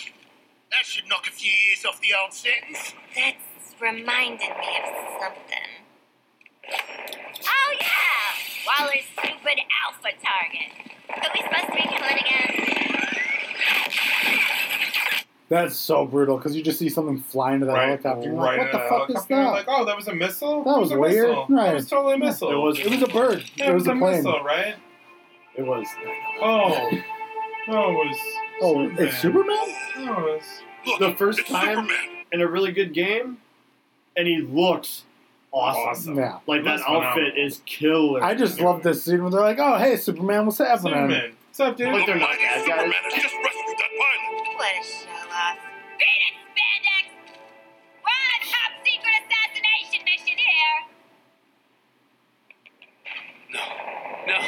Speaker 10: that should knock a few years off the old sentence.
Speaker 8: That's reminded me of something. Oh yeah! Waller's stupid alpha target. Who we supposed to be killing again?
Speaker 4: That's so brutal because you just see something fly into that
Speaker 2: Right,
Speaker 4: helicopter. and you're
Speaker 2: right.
Speaker 4: like,
Speaker 2: in a
Speaker 4: what the fuck is
Speaker 2: helicopter, you're
Speaker 4: that?
Speaker 2: Like, oh, that was a missile.
Speaker 4: That
Speaker 2: It
Speaker 4: was
Speaker 2: a
Speaker 4: weird.
Speaker 2: Missile.
Speaker 4: Right.
Speaker 2: That was totally a missile.
Speaker 3: It was.
Speaker 4: it was a bird.
Speaker 2: Yeah,
Speaker 4: it was,
Speaker 2: a,
Speaker 4: a plane.
Speaker 2: missile, right?
Speaker 3: It was.
Speaker 2: Oh, no, it was.
Speaker 4: Oh, it's Superman?
Speaker 2: No, it was.
Speaker 10: Look,
Speaker 3: The first
Speaker 10: it's
Speaker 3: time-
Speaker 10: Superman.
Speaker 3: In a really good game, and he looks awesome.
Speaker 2: Awesome.
Speaker 4: Yeah.
Speaker 3: Like
Speaker 2: He
Speaker 3: that
Speaker 2: looks phenomenal.
Speaker 3: outfit is killer.
Speaker 4: I just love this scene when they're like, oh, hey, Superman, what's happening?
Speaker 2: Superman. What's up, dude?
Speaker 3: Like they're not
Speaker 10: Mighty
Speaker 3: bad guys.
Speaker 10: Superman has just rescued that pilot.
Speaker 8: What a show off. Beat it, spandex! We're on a top secret assassination mission here.
Speaker 7: No. No.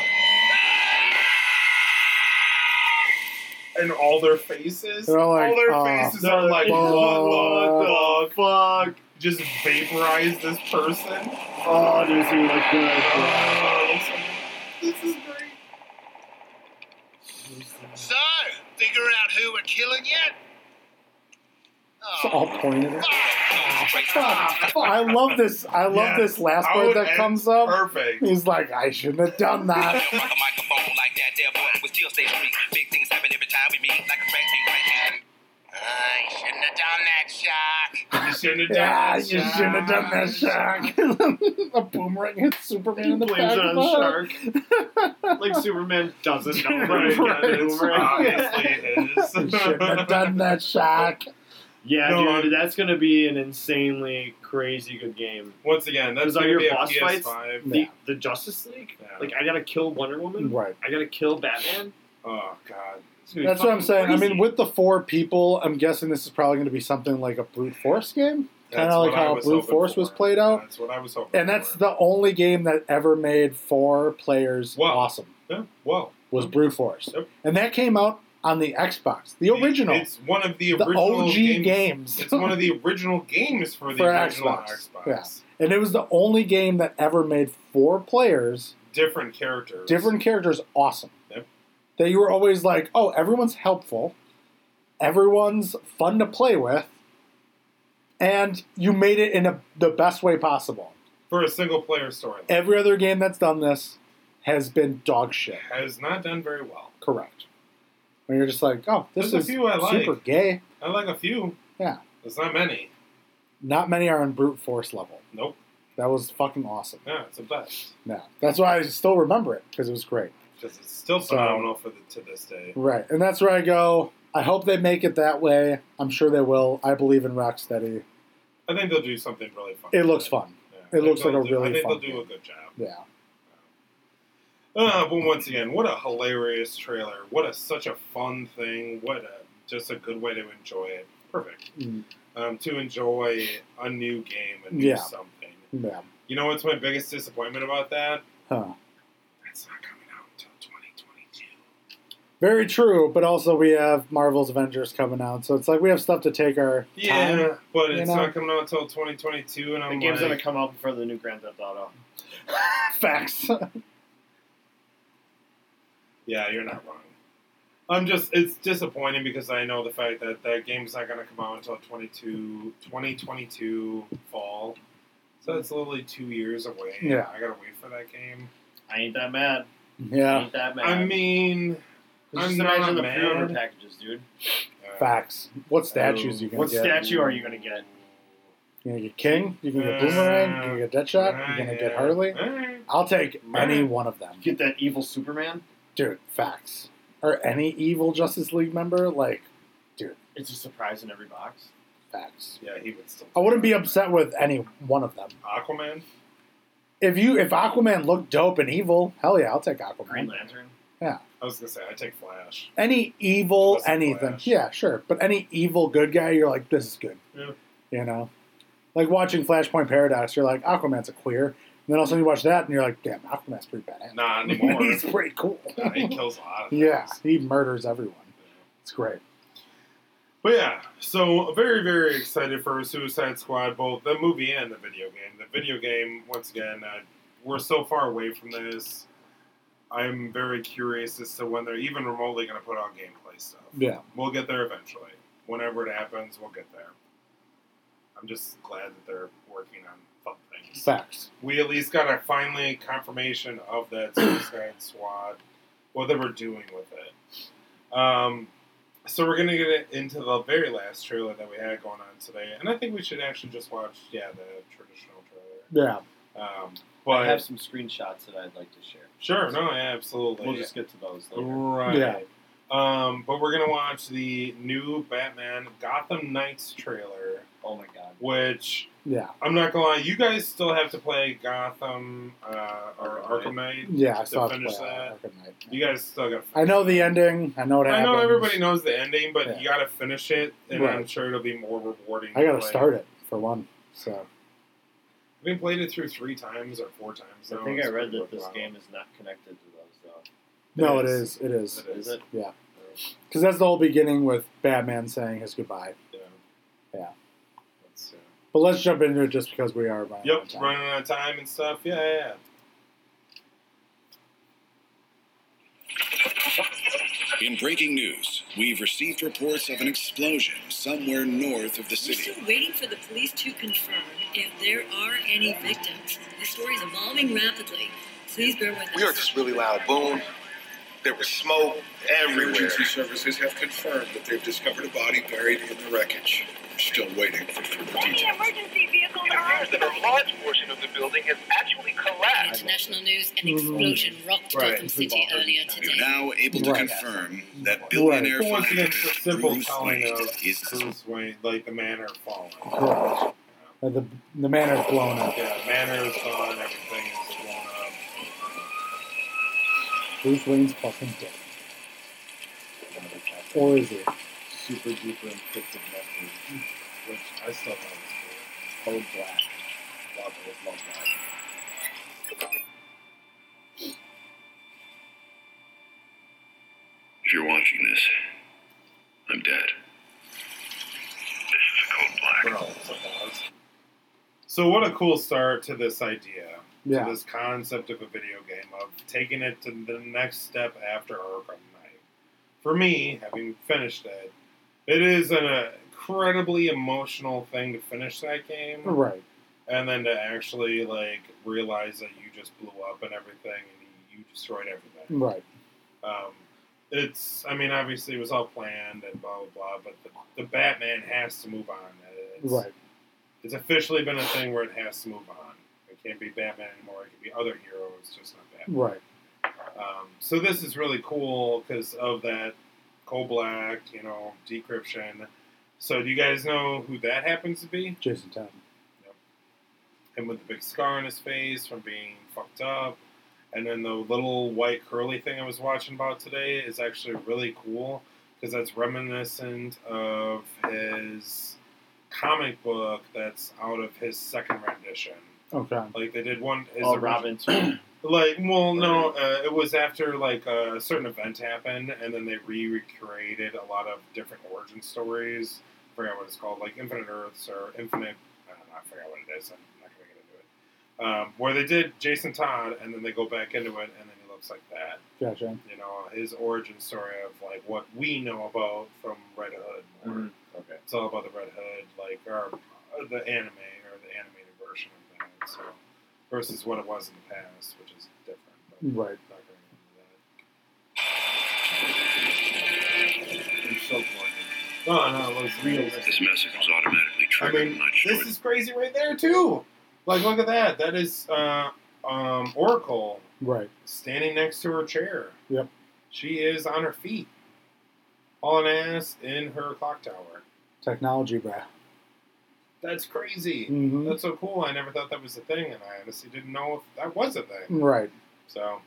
Speaker 2: And all their faces.
Speaker 4: They're all like,
Speaker 2: all their
Speaker 4: "Oh,
Speaker 2: faces
Speaker 3: they're
Speaker 2: are like,
Speaker 3: like,
Speaker 2: what the fuck?
Speaker 3: Fuck.
Speaker 2: Just vaporize this person.
Speaker 3: Oh, dude, he looked good.
Speaker 2: Oh, this is great.
Speaker 10: So, figure out who we're killing yet?
Speaker 4: It's all pointed. at-
Speaker 10: fuck.
Speaker 4: I love this. I love
Speaker 2: Yes.
Speaker 4: this last
Speaker 2: I
Speaker 4: part
Speaker 2: would
Speaker 4: that
Speaker 2: end
Speaker 4: comes up.
Speaker 2: Perfect.
Speaker 4: He's like, I shouldn't have done
Speaker 7: (laughs)
Speaker 4: that.
Speaker 5: Rock a microphone like that there boy would still stay free. Big things happen every time we meet, like a rat tank right now.
Speaker 9: I shouldn't have done that, Shark.
Speaker 2: You shouldn't have done
Speaker 4: yeah, you
Speaker 2: that.
Speaker 4: shouldn't have done that, Shaq. (laughs) a boomerang hits Superman
Speaker 3: He
Speaker 4: in the
Speaker 3: blames
Speaker 4: back
Speaker 3: it on
Speaker 4: of the
Speaker 3: the
Speaker 4: head.
Speaker 3: shark. like Superman doesn't
Speaker 4: (laughs)
Speaker 3: know
Speaker 2: Right,
Speaker 3: right,
Speaker 2: yeah, it's
Speaker 4: You
Speaker 2: obviously
Speaker 4: shouldn't
Speaker 2: (laughs)
Speaker 4: have
Speaker 2: his.
Speaker 4: done that, Shaq.
Speaker 3: Yeah,
Speaker 2: No,
Speaker 3: dude, that's gonna be an insanely crazy good game.
Speaker 2: Once again, that's
Speaker 3: Is that
Speaker 2: gonna
Speaker 3: your
Speaker 2: be a
Speaker 3: boss
Speaker 2: PS5.
Speaker 4: Yeah.
Speaker 3: The, the Justice League,
Speaker 2: Yeah.
Speaker 3: like I gotta kill Wonder Woman,
Speaker 4: Right.
Speaker 3: I gotta kill Batman.
Speaker 2: Oh god.
Speaker 3: It's gonna be
Speaker 4: That's what I'm
Speaker 3: fucking
Speaker 4: saying. I
Speaker 3: crazy.
Speaker 4: mean, with the four people, I'm guessing this is probably going to be something like a brute force game. Kinda
Speaker 2: That's
Speaker 4: like
Speaker 2: what
Speaker 4: how
Speaker 2: I was
Speaker 4: Brute
Speaker 2: hoping
Speaker 4: Force
Speaker 2: for.
Speaker 4: was played out.
Speaker 2: That's what I was hoping.
Speaker 4: And that's
Speaker 2: for.
Speaker 4: the only game that ever made four players
Speaker 2: Wow.
Speaker 4: awesome
Speaker 2: yeah. Whoa.
Speaker 4: was Brute Force.
Speaker 2: Yep.
Speaker 4: And that came out on the Xbox, the original,
Speaker 2: It's one of the
Speaker 4: the
Speaker 2: original
Speaker 4: OG
Speaker 2: games.
Speaker 4: games.
Speaker 2: It's one of the original games for the
Speaker 4: For
Speaker 2: original
Speaker 4: Xbox.
Speaker 2: Xbox.
Speaker 4: and it was the only game that ever made four players,
Speaker 2: Different characters.
Speaker 4: different characters, awesome.
Speaker 2: Yep.
Speaker 4: That you were always like, oh, everyone's helpful, everyone's fun to play with, and you made it in a, the best way possible.
Speaker 2: for a single player story.
Speaker 4: Every other game that's done this has been dog shit.
Speaker 2: Has not done very well.
Speaker 4: Correct. When you're just like, oh, this
Speaker 2: There's a
Speaker 4: is
Speaker 2: few I like.
Speaker 4: super gay.
Speaker 2: I like a few.
Speaker 4: Yeah.
Speaker 2: There's not many.
Speaker 4: Not many are on brute force level.
Speaker 2: Nope.
Speaker 4: That was fucking awesome.
Speaker 2: Yeah, it's the best.
Speaker 4: Yeah, that's why I still remember it because it was great.
Speaker 2: Because it's still
Speaker 4: So-
Speaker 2: phenomenal for the, to this day.
Speaker 4: Right, and that's where I go. I hope they make it that way. I'm sure they will. I believe in Rocksteady.
Speaker 2: I think they'll do something really fun.
Speaker 4: It looks fun.
Speaker 2: Yeah, I
Speaker 4: It
Speaker 2: think
Speaker 4: looks like
Speaker 2: they'll
Speaker 4: a
Speaker 2: do-
Speaker 4: really
Speaker 2: I think
Speaker 4: fun
Speaker 2: they'll do a
Speaker 4: game.
Speaker 2: good job.
Speaker 4: Yeah,
Speaker 2: Uh, but once again, what a hilarious trailer! What a such a fun thing! What a just a good way to enjoy it. Perfect.
Speaker 4: Mm.
Speaker 2: Um, to enjoy a new game and new
Speaker 4: Yeah.
Speaker 2: something.
Speaker 4: yeah,
Speaker 2: You know what's my biggest disappointment about that?
Speaker 4: huh?
Speaker 2: That's
Speaker 7: it's not coming out until 2022.
Speaker 4: Very true, but also we have Marvel's Avengers coming out, so it's like we have stuff to take our
Speaker 2: Yeah,
Speaker 4: time. (laughs)
Speaker 2: but
Speaker 4: you
Speaker 2: it's
Speaker 4: know?
Speaker 2: not coming out until 2022, and
Speaker 3: The
Speaker 2: I'm
Speaker 3: game's
Speaker 2: like,
Speaker 3: gonna come out before the new Grand Theft Auto.
Speaker 4: Facts.
Speaker 2: yeah, you're not wrong. I'm just, it's disappointing because I know the fact that that game's not going to come out until 22, 2022 fall. So it's literally two years away. and
Speaker 4: Yeah.
Speaker 2: I got to wait for that game.
Speaker 3: I ain't that mad. I
Speaker 4: yeah,
Speaker 3: ain't that mad.
Speaker 2: I mean,
Speaker 3: just
Speaker 2: I'm
Speaker 3: imagine
Speaker 2: not
Speaker 3: the
Speaker 2: mad.
Speaker 3: pre-order packages, dude.
Speaker 2: uh,
Speaker 4: facts. What statues you gonna
Speaker 3: Oh, What
Speaker 4: get?
Speaker 3: statue Uh, are you gonna get?
Speaker 4: You gonna get King? You gonna get Boomerang? You gonna get Deadshot? You gonna get Harley?
Speaker 2: Alright.
Speaker 4: I'll take any one of them,
Speaker 3: Get that evil Superman?
Speaker 4: dude. Facts. Or any evil Justice League member, like
Speaker 3: It's a surprise in every box.
Speaker 4: facts.
Speaker 2: Yeah, he would still.
Speaker 4: I wouldn't be upset with any one of them.
Speaker 2: Aquaman?
Speaker 4: If you, if Aquaman looked dope and evil, hell yeah, I'll take
Speaker 3: Green
Speaker 4: Aquaman.
Speaker 3: Lantern.
Speaker 2: I was going to say, I take Flash.
Speaker 4: Any evil,
Speaker 2: Plus
Speaker 4: anything,
Speaker 2: Flash.
Speaker 4: yeah, sure. But any evil good guy, you're like, this is good.
Speaker 2: Yeah.
Speaker 4: You know, like watching Flashpoint Paradox, you're like, Aquaman's a queer, and then all of a sudden you watch that, and you're like, damn, Aquaman's pretty badass.
Speaker 2: Not anymore.
Speaker 4: He's pretty cool.
Speaker 2: Nah, he kills a lot of
Speaker 4: Yeah,
Speaker 2: things.
Speaker 4: he murders everyone. It's great.
Speaker 2: But yeah, so very, very excited for Suicide Squad, both the movie and the video game. The video game, once again, uh, we're so far away from this. I'm very curious as to when they're even remotely going to put on gameplay stuff.
Speaker 4: Yeah,
Speaker 2: We'll get there eventually. Whenever it happens, we'll get there. I'm just glad that they're working on fun things.
Speaker 4: facts.
Speaker 2: we at least got a finally confirmation of that Suicide Squad, what they were doing with it. Um, so we're gonna get into the very last trailer that we had going on today, and I think we should actually just watch, yeah, the traditional trailer.
Speaker 4: Yeah,
Speaker 2: Um,
Speaker 3: I have
Speaker 2: but
Speaker 3: some screenshots that I'd like to share.
Speaker 2: sure, no, yeah, absolutely,
Speaker 3: We'll just get to those later.
Speaker 2: right.
Speaker 4: Yeah.
Speaker 2: Um, but we're gonna watch the new Batman Gotham Knights trailer,
Speaker 3: Oh my god.
Speaker 2: which
Speaker 4: yeah,
Speaker 2: I'm not gonna lie, you guys still have to play Gotham uh, or Arkham Knight.
Speaker 4: yeah. I saw it.
Speaker 2: finish that. You guys still got.
Speaker 4: I know the ending. I know what
Speaker 2: I
Speaker 4: happens.
Speaker 2: know everybody knows the ending, but
Speaker 4: Yeah.
Speaker 2: you got to finish it, and
Speaker 4: Right.
Speaker 2: I'm sure it'll be more rewarding.
Speaker 4: I gotta
Speaker 2: to play.
Speaker 4: start it for one. So
Speaker 2: I've been played it through three times or four times.
Speaker 3: I
Speaker 2: now.
Speaker 3: think I
Speaker 2: It's
Speaker 3: read
Speaker 2: pretty
Speaker 3: that this
Speaker 2: worthwhile.
Speaker 3: game is not connected to those
Speaker 4: no, it
Speaker 2: is.
Speaker 4: is. It is.
Speaker 2: It
Speaker 3: though. Is it?
Speaker 4: Yeah, because that's the whole beginning with Batman saying his goodbye.
Speaker 2: Yeah.
Speaker 4: Yeah.
Speaker 2: That's, uh,
Speaker 4: But let's jump into it just because we are running. out of
Speaker 2: yep,
Speaker 4: time.
Speaker 2: running out of time and stuff. Yeah, yeah. yeah.
Speaker 5: In breaking news, we've received reports of an explosion somewhere north of the
Speaker 11: We're
Speaker 5: city.
Speaker 11: still waiting for the police to confirm if there are any victims. The story is evolving rapidly. Please bear with us.
Speaker 7: We heard this really loud boom. There was smoke everywhere.
Speaker 6: Emergency services have confirmed that they've discovered a body buried in the wreckage. We're still waiting for further
Speaker 8: Any
Speaker 6: details.
Speaker 8: emergency vehicles
Speaker 7: It
Speaker 8: are on
Speaker 7: appears that a large portion of the building has actually collapsed.
Speaker 11: International news, an explosion rocked
Speaker 2: Right,
Speaker 11: Gotham
Speaker 2: we've
Speaker 11: City
Speaker 2: all heard
Speaker 11: earlier
Speaker 2: that.
Speaker 11: today.
Speaker 5: We're now able to
Speaker 4: Right.
Speaker 5: confirm that
Speaker 4: Right.
Speaker 5: billionaire
Speaker 2: But once again, it's a
Speaker 5: philanthropist
Speaker 2: simple
Speaker 5: Bruce
Speaker 2: telling
Speaker 5: Wayne
Speaker 2: of
Speaker 5: is
Speaker 2: Bruce Wayne, like the manor falling.
Speaker 4: Correct. Uh, The the manor's blown up.
Speaker 2: Yeah, manor is gone. Everything is blown up.
Speaker 4: Bruce Wayne's fucking dead. Or is he?
Speaker 3: Super duper encrypted message.
Speaker 2: which I still thought was
Speaker 3: Code black. Love it. Love that.
Speaker 7: If you're watching this, I'm dead. This is the code black.
Speaker 2: cool. Bro, it's like, wow. So what a cool start to this idea, to
Speaker 4: Yeah,
Speaker 2: this concept of a video game of taking it to the next step after Arkham Knight. For me, having finished it, it is an uh, incredibly emotional thing to finish that game,
Speaker 4: right.
Speaker 2: and then to actually like realize that you just blew up and everything, and you destroyed everything.
Speaker 4: Right.
Speaker 2: Um, it's, I mean, obviously it was all planned and blah blah blah, but the, the Batman has to move on. It's,
Speaker 4: Right.
Speaker 2: It's officially been a thing where it has to move on. It can't be Batman anymore. It can be other heroes, just not Batman.
Speaker 4: Right.
Speaker 2: Um, so this is really cool because of that cold black, you know, decryption. So do you guys know who that happens to be?
Speaker 4: Jason Todd.
Speaker 2: Him with the big scar on his face from being fucked up. And then the little white curly thing I was watching about today is actually really cool because that's reminiscent of his comic book that's out of his second rendition
Speaker 4: Okay.
Speaker 2: Like they did one. is
Speaker 3: Oh,
Speaker 2: there-
Speaker 3: Robin too.
Speaker 2: Like, well, no, uh, it was after like a certain event happened, and then they recreated a lot of different origin stories. I forgot what it's called, like Infinite Earths or Infinite. I, don't know, I forgot what it is. I'm not gonna get into it. Um, where they did Jason Todd, and then they go back into it, and then he looks like that.
Speaker 4: Gotcha.
Speaker 2: You know, his origin story of like what we know about from Red Hood. Or,
Speaker 12: Okay.
Speaker 2: It's all about the Red Hood, like or uh, the anime or the animated version of that. So versus what it was in the past, which is different. But I'm
Speaker 4: Right.
Speaker 2: not gonna
Speaker 12: I'm so bored.
Speaker 2: No, Oh, no, it was real.
Speaker 7: This message was automatically
Speaker 2: get into that. I
Speaker 7: triggered.
Speaker 2: mean,
Speaker 7: I'm not sure.
Speaker 2: this is crazy right there too. Like, look at that. That is uh, um, Oracle
Speaker 4: Right.
Speaker 2: standing next to her chair.
Speaker 4: Yep.
Speaker 2: She is on her feet, hauling ass in her clock tower.
Speaker 4: Technology, bruh.
Speaker 2: That's crazy.
Speaker 4: Mhm.
Speaker 2: That's so cool. I never thought that was a thing, and I honestly didn't know if that was a thing.
Speaker 4: Right.
Speaker 2: So,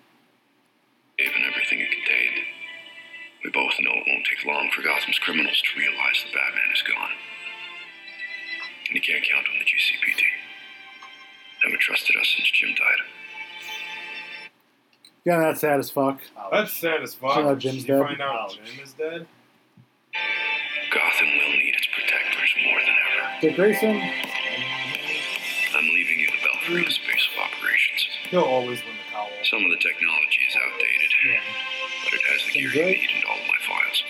Speaker 7: Dave and everything it contained. We both know it won't take long for Gotham's criminals to realize the Batman is gone. And you can't count on the GCPD. Haven't trusted us since Jim died.
Speaker 4: Yeah, that's sad as fuck.
Speaker 2: that's sad as fuck.
Speaker 4: Find out Jim's
Speaker 2: Did you
Speaker 4: dead?
Speaker 2: find out Jim is dead?
Speaker 7: Gotham will need its protectors more than ever.
Speaker 4: Dick Grayson.
Speaker 7: I'm leaving you the Belfry as base of operations.
Speaker 2: He'll always win the cowl.
Speaker 7: Some of the technology is outdated, but it has the gear you need and all of my files.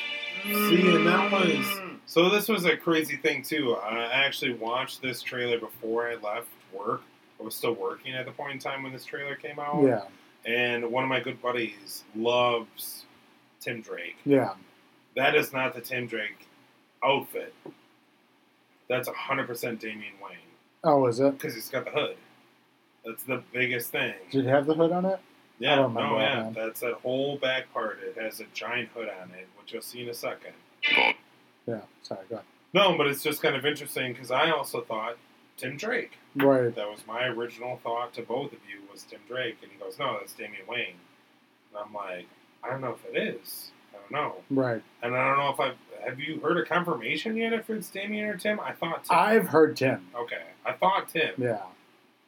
Speaker 2: See, and that was so. This was a crazy thing too. I actually watched this trailer before I left work. I was still working at the point in time when this trailer came out.
Speaker 4: Yeah.
Speaker 2: And one of my good buddies loves Tim Drake.
Speaker 4: Yeah.
Speaker 2: That is not the Tim Drake outfit. That's hundred percent Damian Wayne
Speaker 4: Oh, is it?
Speaker 2: because he's got the hood. That's the biggest thing.
Speaker 4: Did it have the hood on it?
Speaker 2: Yeah,
Speaker 4: I
Speaker 2: no,
Speaker 4: don't remember that
Speaker 2: yeah,
Speaker 4: one.
Speaker 2: that's that whole back part. It has a giant hood on it, which you'll see in a second.
Speaker 4: Yeah. Sorry. Go ahead.
Speaker 2: No, but it's just kind of interesting because I also thought Tim Drake.
Speaker 4: Right.
Speaker 2: That was my original thought to both of you was Tim Drake, and he goes, "No, that's Damian Wayne." And I'm like, I don't know if it is. I don't know,
Speaker 4: Right.
Speaker 2: and I don't know if I've have you heard a confirmation yet if it's Damian or Tim. I thought Tim.
Speaker 4: I've heard Tim.
Speaker 2: okay, I thought Tim.
Speaker 4: Yeah.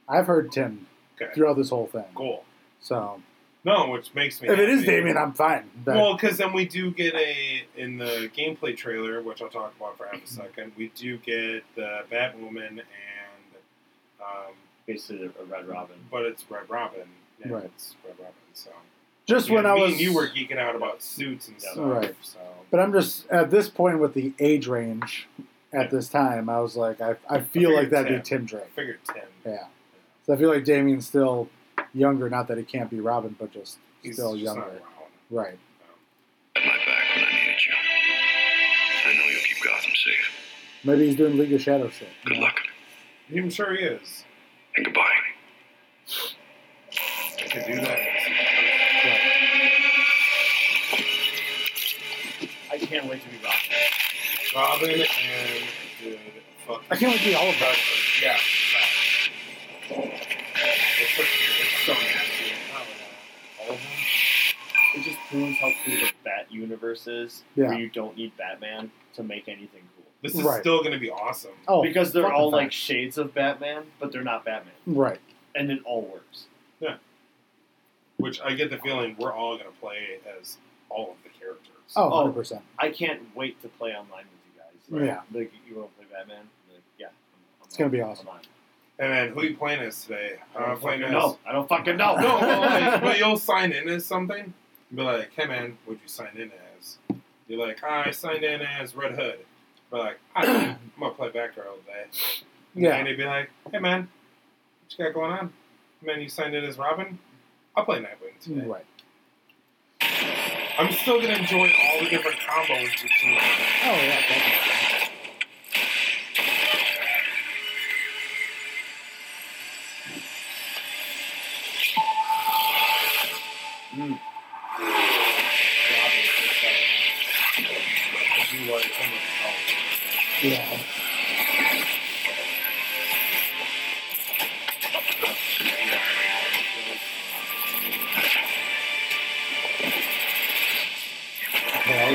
Speaker 4: I've heard Tim
Speaker 2: Okay,
Speaker 4: throughout this whole thing.
Speaker 2: cool.
Speaker 4: So
Speaker 2: No, which makes me.
Speaker 4: if it is
Speaker 2: happy.
Speaker 4: Damien, I'm fine. But
Speaker 2: Well, because then we do get a in the gameplay trailer, which I'll talk about for
Speaker 4: Mm-hmm.
Speaker 2: half a second. We do get the Batwoman and, um,
Speaker 3: Basically, a Red Robin.
Speaker 2: but it's Red Robin. Yeah,
Speaker 4: Right.
Speaker 2: It's Red Robin. So
Speaker 4: just
Speaker 2: Yeah,
Speaker 4: when I
Speaker 2: me
Speaker 4: was
Speaker 2: and you were geeking out about suits and stuff.
Speaker 4: Right.
Speaker 2: So
Speaker 4: But I'm just at this point with the age range at this time, I was like, I, I feel like that'd be Tim Drake.
Speaker 2: I figured Tim.
Speaker 4: Yeah. So I feel like Damien's still younger. Not that he can't be Robin, but just
Speaker 2: He's
Speaker 4: still
Speaker 2: just not
Speaker 4: younger.
Speaker 2: around.
Speaker 4: Right.
Speaker 7: At my back when I needed you. I know you'll keep Gotham safe.
Speaker 4: Maybe he's doing League of Shadow shit.
Speaker 7: Good luck
Speaker 2: I'm sure he is.
Speaker 7: and goodbye.
Speaker 2: I could do that.
Speaker 3: I can't wait to be Robin.
Speaker 2: Robin and dude, fuck.
Speaker 4: I can't wait to be all of that.
Speaker 2: Yeah. It's, it's so nasty.
Speaker 3: All of them. It just proves how cool the Bat universe is,
Speaker 4: Yeah.
Speaker 3: where you don't need Batman to make anything cool.
Speaker 2: This is
Speaker 4: Right.
Speaker 2: still going to be awesome.
Speaker 4: Oh,
Speaker 3: because they're
Speaker 4: fucking
Speaker 3: all
Speaker 4: fine.
Speaker 3: like shades of Batman, but they're not Batman,
Speaker 4: right.
Speaker 3: and it all works.
Speaker 2: Which I get the feeling we're all going to play as all of the characters.
Speaker 4: Oh,
Speaker 3: Oh.
Speaker 4: 100 percent.
Speaker 3: I can't wait to play online with you guys.
Speaker 4: Yeah.
Speaker 3: like you want to play Batman? Like, yeah, I'm- I'm
Speaker 4: It's gonna
Speaker 3: on-
Speaker 4: be awesome.
Speaker 3: I'm on.
Speaker 2: And then who you playing as today?
Speaker 3: I
Speaker 2: I'm
Speaker 3: don't
Speaker 2: playing
Speaker 3: Oh, fucking
Speaker 2: as.
Speaker 3: know. I don't fucking know.
Speaker 2: No, well,
Speaker 3: (laughs)
Speaker 2: like, but you'll sign in as something. Be like, hey man, what'd you sign in as? You're like, I signed in as Red Hood. Be like, I don't know. (clears throat) I'm gonna play Batgirl today. And
Speaker 4: Yeah.
Speaker 2: And he'd be like, hey man, what you got going on? Man, you signed in as Robin? I'll play Nightwing today.
Speaker 4: Right.
Speaker 2: I'm still gonna enjoy all the different combos between
Speaker 4: Oh yeah. definitely.
Speaker 2: you like some of the combos.
Speaker 4: Yeah. Hell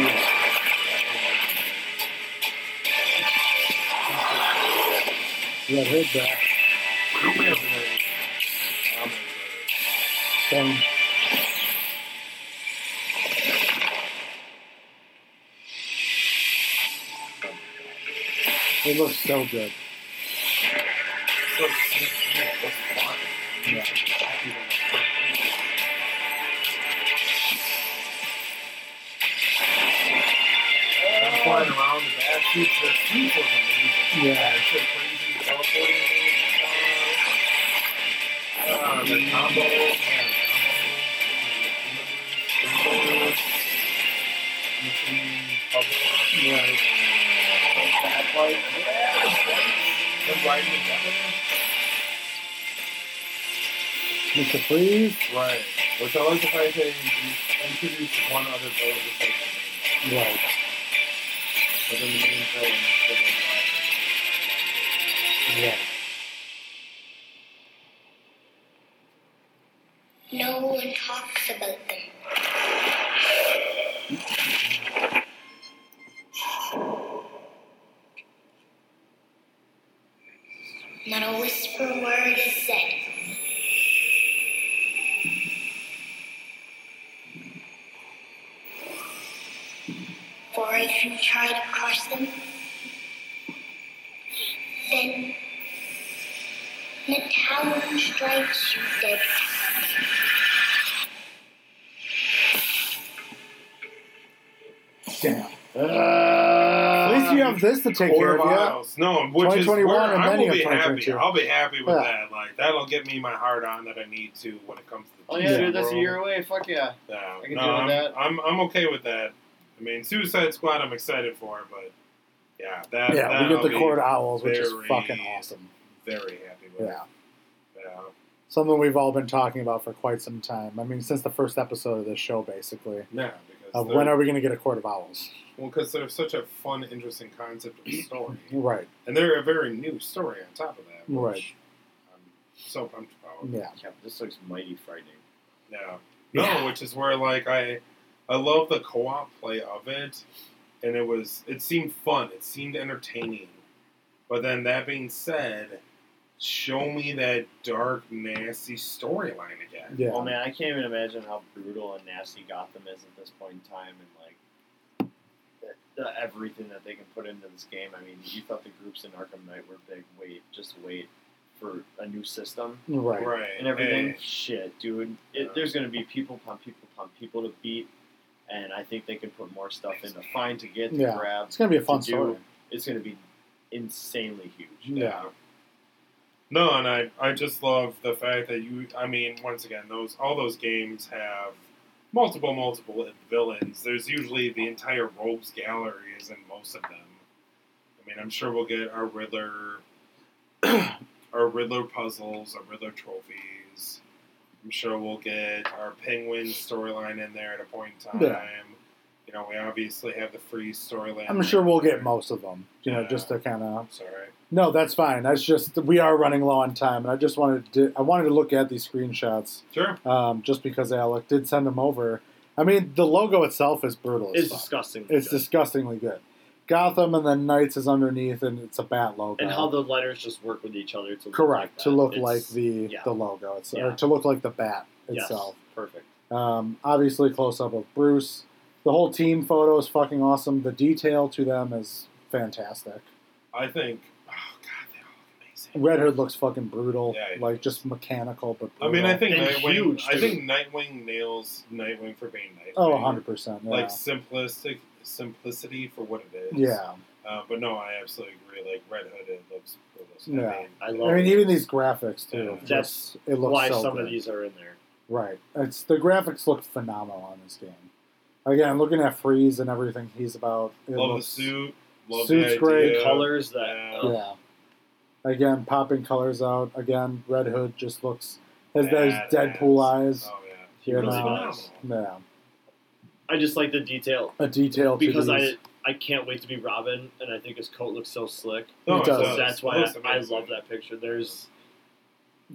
Speaker 4: yeah. Red Hood, bro.
Speaker 2: Who is it? Um,
Speaker 4: thing. It looks so good. Yeah.
Speaker 2: I'm flying around the back seat. The seat was amazing.
Speaker 4: Yeah.
Speaker 2: It's so crazy. Teleporting. things. Uh, the combo.
Speaker 4: Mr. Freeze?
Speaker 2: Right. Which I like the fact they introduced one other villain besides the main.
Speaker 4: Right.
Speaker 2: But then the main villain is still alive.
Speaker 4: Yeah.
Speaker 13: No one talks about them. Not a whisper word is said. For if you try to cross them, then the tower strikes you dead.
Speaker 4: Damn.
Speaker 2: Uh,
Speaker 4: At least you have this to take
Speaker 2: Quarter
Speaker 4: care of, yeah?
Speaker 2: miles. No, which is
Speaker 4: 2021
Speaker 2: where
Speaker 4: and
Speaker 2: I
Speaker 4: then
Speaker 2: will
Speaker 4: you
Speaker 2: be
Speaker 4: have
Speaker 2: happy.
Speaker 4: 2022.
Speaker 2: I'll be happy with
Speaker 4: Yeah.
Speaker 2: that. Like that'll get me my heart on that I need to when it comes to.
Speaker 3: Oh yeah, dude, that's a year away. Fuck yeah.
Speaker 2: Yeah,
Speaker 3: I can
Speaker 2: no,
Speaker 3: deal with
Speaker 2: I'm,
Speaker 3: that.
Speaker 2: I'm I'm okay with that. I mean, Suicide Squad, I'm excited for, but yeah, that
Speaker 4: Yeah, we
Speaker 2: that'll
Speaker 4: get the
Speaker 2: be
Speaker 4: court owls, which is
Speaker 2: very,
Speaker 4: fucking awesome.
Speaker 2: Very happy with.
Speaker 4: Yeah.
Speaker 2: Yeah.
Speaker 4: Something we've all been talking about for quite some time. I mean, since the first episode of this show, basically.
Speaker 2: Yeah, because
Speaker 4: Of
Speaker 2: they're-
Speaker 4: when are we going to get a court of owls?
Speaker 2: Well, because they're such a fun, interesting concept of
Speaker 4: (clears throat)
Speaker 2: story,
Speaker 4: Right.
Speaker 2: and they're a very new story on top of that. which
Speaker 4: Right.
Speaker 2: I'm so pumped about.
Speaker 4: Yeah.
Speaker 3: this looks mighty frightening.
Speaker 2: Yeah. No, which is where like I, I love the co-op play of it, and it was it seemed fun, it seemed entertaining, but then that being said, show me that dark, nasty storyline again.
Speaker 4: Yeah.
Speaker 3: Oh man, I can't even imagine how brutal and nasty Gotham is at this point in time, and like the, the, everything that they can put into this game. I mean, you thought the groups in Arkham Knight were big. Wait, just wait for a new system
Speaker 4: Right.
Speaker 2: Right.
Speaker 3: and everything.
Speaker 2: hey.
Speaker 3: Shit, dude, it, there's gonna be people upon people upon people to beat, and I think they can put more stuff in to find to get to
Speaker 4: Yeah.
Speaker 3: grab.
Speaker 4: It's going to be a
Speaker 3: to
Speaker 4: fun
Speaker 3: do.
Speaker 4: story.
Speaker 3: It's gonna be insanely huge.
Speaker 4: Yeah.
Speaker 2: No, and I, I just love the fact that you I mean, once again, those all those games have multiple, multiple villains. There's usually the entire rogues gallery is in most of them. I mean I'm sure we'll get our Riddler (clears throat) our Riddler puzzles, our Riddler trophies. I'm sure we'll get our penguin storyline in there at a point in time.
Speaker 4: Yeah.
Speaker 2: You know, we obviously have the freeze storyline.
Speaker 4: I'm sure we'll get most of them. You know,
Speaker 2: Yeah.
Speaker 4: just to kind of.
Speaker 2: Sorry.
Speaker 4: No, that's fine. That's just we are running low on time, and I just wanted to. I wanted to look at these screenshots,
Speaker 2: Sure.
Speaker 4: um, just because Alec did send them over. I mean, the logo itself is brutal. as
Speaker 3: It's
Speaker 4: fuck.
Speaker 3: disgusting.
Speaker 4: It's disgustingly good. Gotham and then Knights is underneath, and it's a bat logo.
Speaker 3: and how the letters just work with each other to
Speaker 4: correct to
Speaker 3: look like that.
Speaker 4: look like
Speaker 3: It's-
Speaker 4: the
Speaker 3: yeah.
Speaker 4: the logo, it's, or
Speaker 3: Yeah.
Speaker 4: to look like the bat
Speaker 3: yes,
Speaker 4: itself.
Speaker 3: perfect.
Speaker 4: Um, obviously, close up of Bruce. The whole team photo is fucking awesome. The detail to them is fantastic.
Speaker 2: I think oh god, they all look amazing.
Speaker 4: Red Hood looks fucking brutal,
Speaker 2: Yeah, he
Speaker 4: like just mechanical, but
Speaker 2: I
Speaker 4: brutal.
Speaker 2: mean, I think
Speaker 3: And
Speaker 2: Nightwing.
Speaker 3: huge,
Speaker 2: I
Speaker 3: too.
Speaker 2: think Nightwing nails Nightwing for being Nightwing.
Speaker 4: oh, 100 percent, yeah.
Speaker 2: Like simplistic simplicity for what it is.
Speaker 4: yeah.
Speaker 2: Uh, but no, I absolutely agree. Like Red Hood, it looks. It looks
Speaker 4: Yeah.
Speaker 3: I
Speaker 4: I
Speaker 3: love. it.
Speaker 4: mean, even these graphics too.
Speaker 2: Yeah.
Speaker 4: Just,
Speaker 3: That's
Speaker 4: it looks
Speaker 3: why
Speaker 4: so
Speaker 3: some
Speaker 4: good.
Speaker 3: of these are in there.
Speaker 4: Right. It's the graphics look phenomenal on this game. Again, looking at Freeze and everything he's about. It
Speaker 2: love
Speaker 4: looks,
Speaker 2: the suit. Love
Speaker 4: Suit's
Speaker 2: the
Speaker 4: great.
Speaker 2: idea.
Speaker 3: Colors that
Speaker 2: Yeah.
Speaker 3: uh,
Speaker 4: Yeah. Again, popping colors out. Again, Red Hood just looks has those
Speaker 2: Badass.
Speaker 4: Deadpool eyes.
Speaker 2: Oh yeah.
Speaker 3: he
Speaker 4: you
Speaker 3: really
Speaker 4: know?
Speaker 3: does.
Speaker 4: Yeah.
Speaker 3: I just like the detail
Speaker 4: A detail to
Speaker 3: because
Speaker 4: these.
Speaker 3: I I can't wait to be Robin, and I think his coat looks so slick.
Speaker 4: No, it
Speaker 3: So
Speaker 4: does.
Speaker 3: That's why
Speaker 2: It looks
Speaker 3: I, I
Speaker 2: amazing.
Speaker 3: love that picture. There's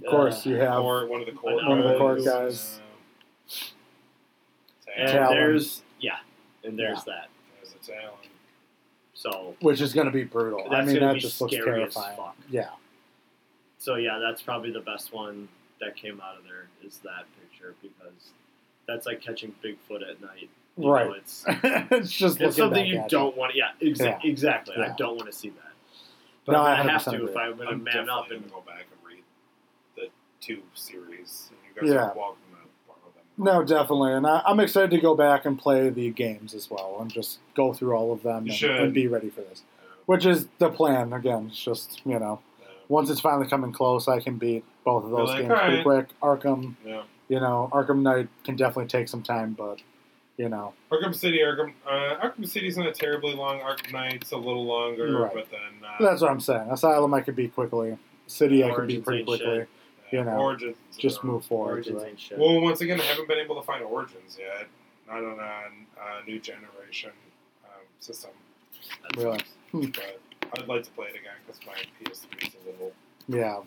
Speaker 3: uh,
Speaker 4: Of course, you have
Speaker 2: Or one of the court.
Speaker 3: One of the
Speaker 4: court
Speaker 2: guys.
Speaker 4: guys.
Speaker 2: Uh,
Speaker 3: and
Speaker 4: Talon.
Speaker 3: there's yeah, and there's that.
Speaker 2: There's a talon.
Speaker 3: So
Speaker 4: which is going to be brutal. I
Speaker 3: That's
Speaker 4: mean,
Speaker 3: gonna
Speaker 4: that
Speaker 3: be
Speaker 4: just looks
Speaker 3: scary as
Speaker 4: terrifying.
Speaker 3: fuck.
Speaker 4: Yeah.
Speaker 3: so yeah, that's probably the best one that came out of there is that picture because that's like catching Bigfoot at night. You
Speaker 4: Right.
Speaker 3: know, it's
Speaker 4: (laughs) it's just looking
Speaker 3: it's something
Speaker 4: back
Speaker 3: you
Speaker 4: at
Speaker 3: don't
Speaker 4: it.
Speaker 3: want. Yeah, exa-
Speaker 4: Yeah.
Speaker 3: exactly.
Speaker 4: Yeah.
Speaker 3: I don't want to see that. But
Speaker 4: No,
Speaker 3: I,
Speaker 4: I
Speaker 3: have
Speaker 4: 100%
Speaker 3: to if
Speaker 4: agree.
Speaker 3: I'm going to
Speaker 2: I'm
Speaker 3: man up
Speaker 2: definitely
Speaker 3: and
Speaker 2: gonna go back and read the two series. You guys
Speaker 4: Yeah.
Speaker 2: are welcome to borrow them.
Speaker 4: No, definitely, and I, I'm excited to go back and play the games as well, and just go through all of them
Speaker 2: You
Speaker 4: and,
Speaker 2: should.
Speaker 4: and be ready for this, which is the plan. Again, it's just you know,
Speaker 2: Um,
Speaker 4: once it's finally coming close, I can beat both of
Speaker 2: Be
Speaker 4: those
Speaker 2: like,
Speaker 4: games
Speaker 2: "All
Speaker 4: pretty
Speaker 2: right."
Speaker 4: quick. Arkham,
Speaker 2: Yeah.
Speaker 4: you know, Arkham Knight can definitely take some time, but you know,
Speaker 2: Arkham City, Arkham, uh, Arkham City's not terribly long. Arkham Knight's a little longer,
Speaker 4: Right.
Speaker 2: but then uh,
Speaker 4: that's what I'm saying. Asylum, I could beat quickly. City, I could
Speaker 3: Origins
Speaker 4: beat pretty
Speaker 3: ain't shit.
Speaker 4: quickly. You know,
Speaker 2: Origins.
Speaker 4: just
Speaker 2: uh,
Speaker 4: move forward.
Speaker 3: Origins
Speaker 4: to it.
Speaker 3: ain't shit.
Speaker 2: Well, once again, I haven't been able to find Origins yet. Not on a, a new generation um, system.
Speaker 4: Really? Hmm.
Speaker 2: But I'd like to play it again because my PS3 is a
Speaker 4: (laughs)
Speaker 2: little.
Speaker 4: Yeah.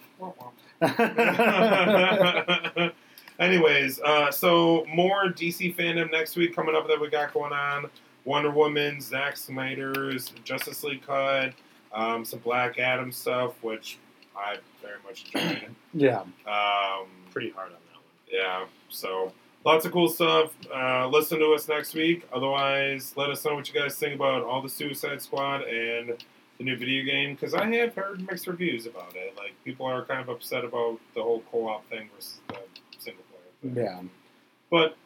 Speaker 2: (laughs) Anyways, uh, so more DC fandom next week coming up that we got going on. Wonder Woman, Zack Snyder's Justice League cut, um, some Black Adam stuff, which I very much enjoyed.
Speaker 4: yeah.
Speaker 2: Um,
Speaker 3: pretty hard on that one.
Speaker 2: yeah, so lots of cool stuff. Uh, listen to us next week. Otherwise, let us know what you guys think about all the Suicide Squad and the new video game because I have heard mixed reviews about it. Like people are kind of upset about the whole co-op thing versus the single player. Thing.
Speaker 4: Yeah.
Speaker 2: But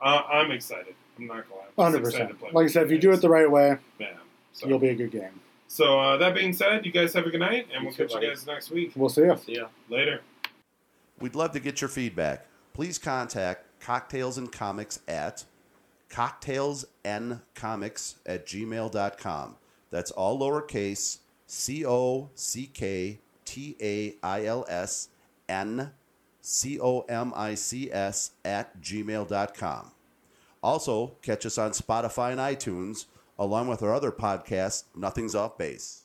Speaker 2: uh, I'm excited. I'm not gonna lie. I'm
Speaker 4: Hundred
Speaker 2: just excited to
Speaker 4: percent.
Speaker 2: play
Speaker 4: Like I
Speaker 2: with
Speaker 4: said, if you
Speaker 2: guys.
Speaker 4: do it the right way,
Speaker 2: yeah. So,
Speaker 4: you'll be a good game.
Speaker 2: so uh, that being said, you guys have a good night, and
Speaker 3: You
Speaker 2: we'll
Speaker 3: too,
Speaker 2: catch you
Speaker 3: buddy.
Speaker 2: guys next week.
Speaker 4: We'll see you.
Speaker 3: See ya.
Speaker 2: Later.
Speaker 1: We'd love to get your feedback. Please contact Cocktails and Comics at cocktailsandcomics at gmail.com. That's all lowercase C O C K T A I L S N C O M I C S at gmail.com. Also, catch us on Spotify and iTunes, along with our other podcast, Nothing's Off Base.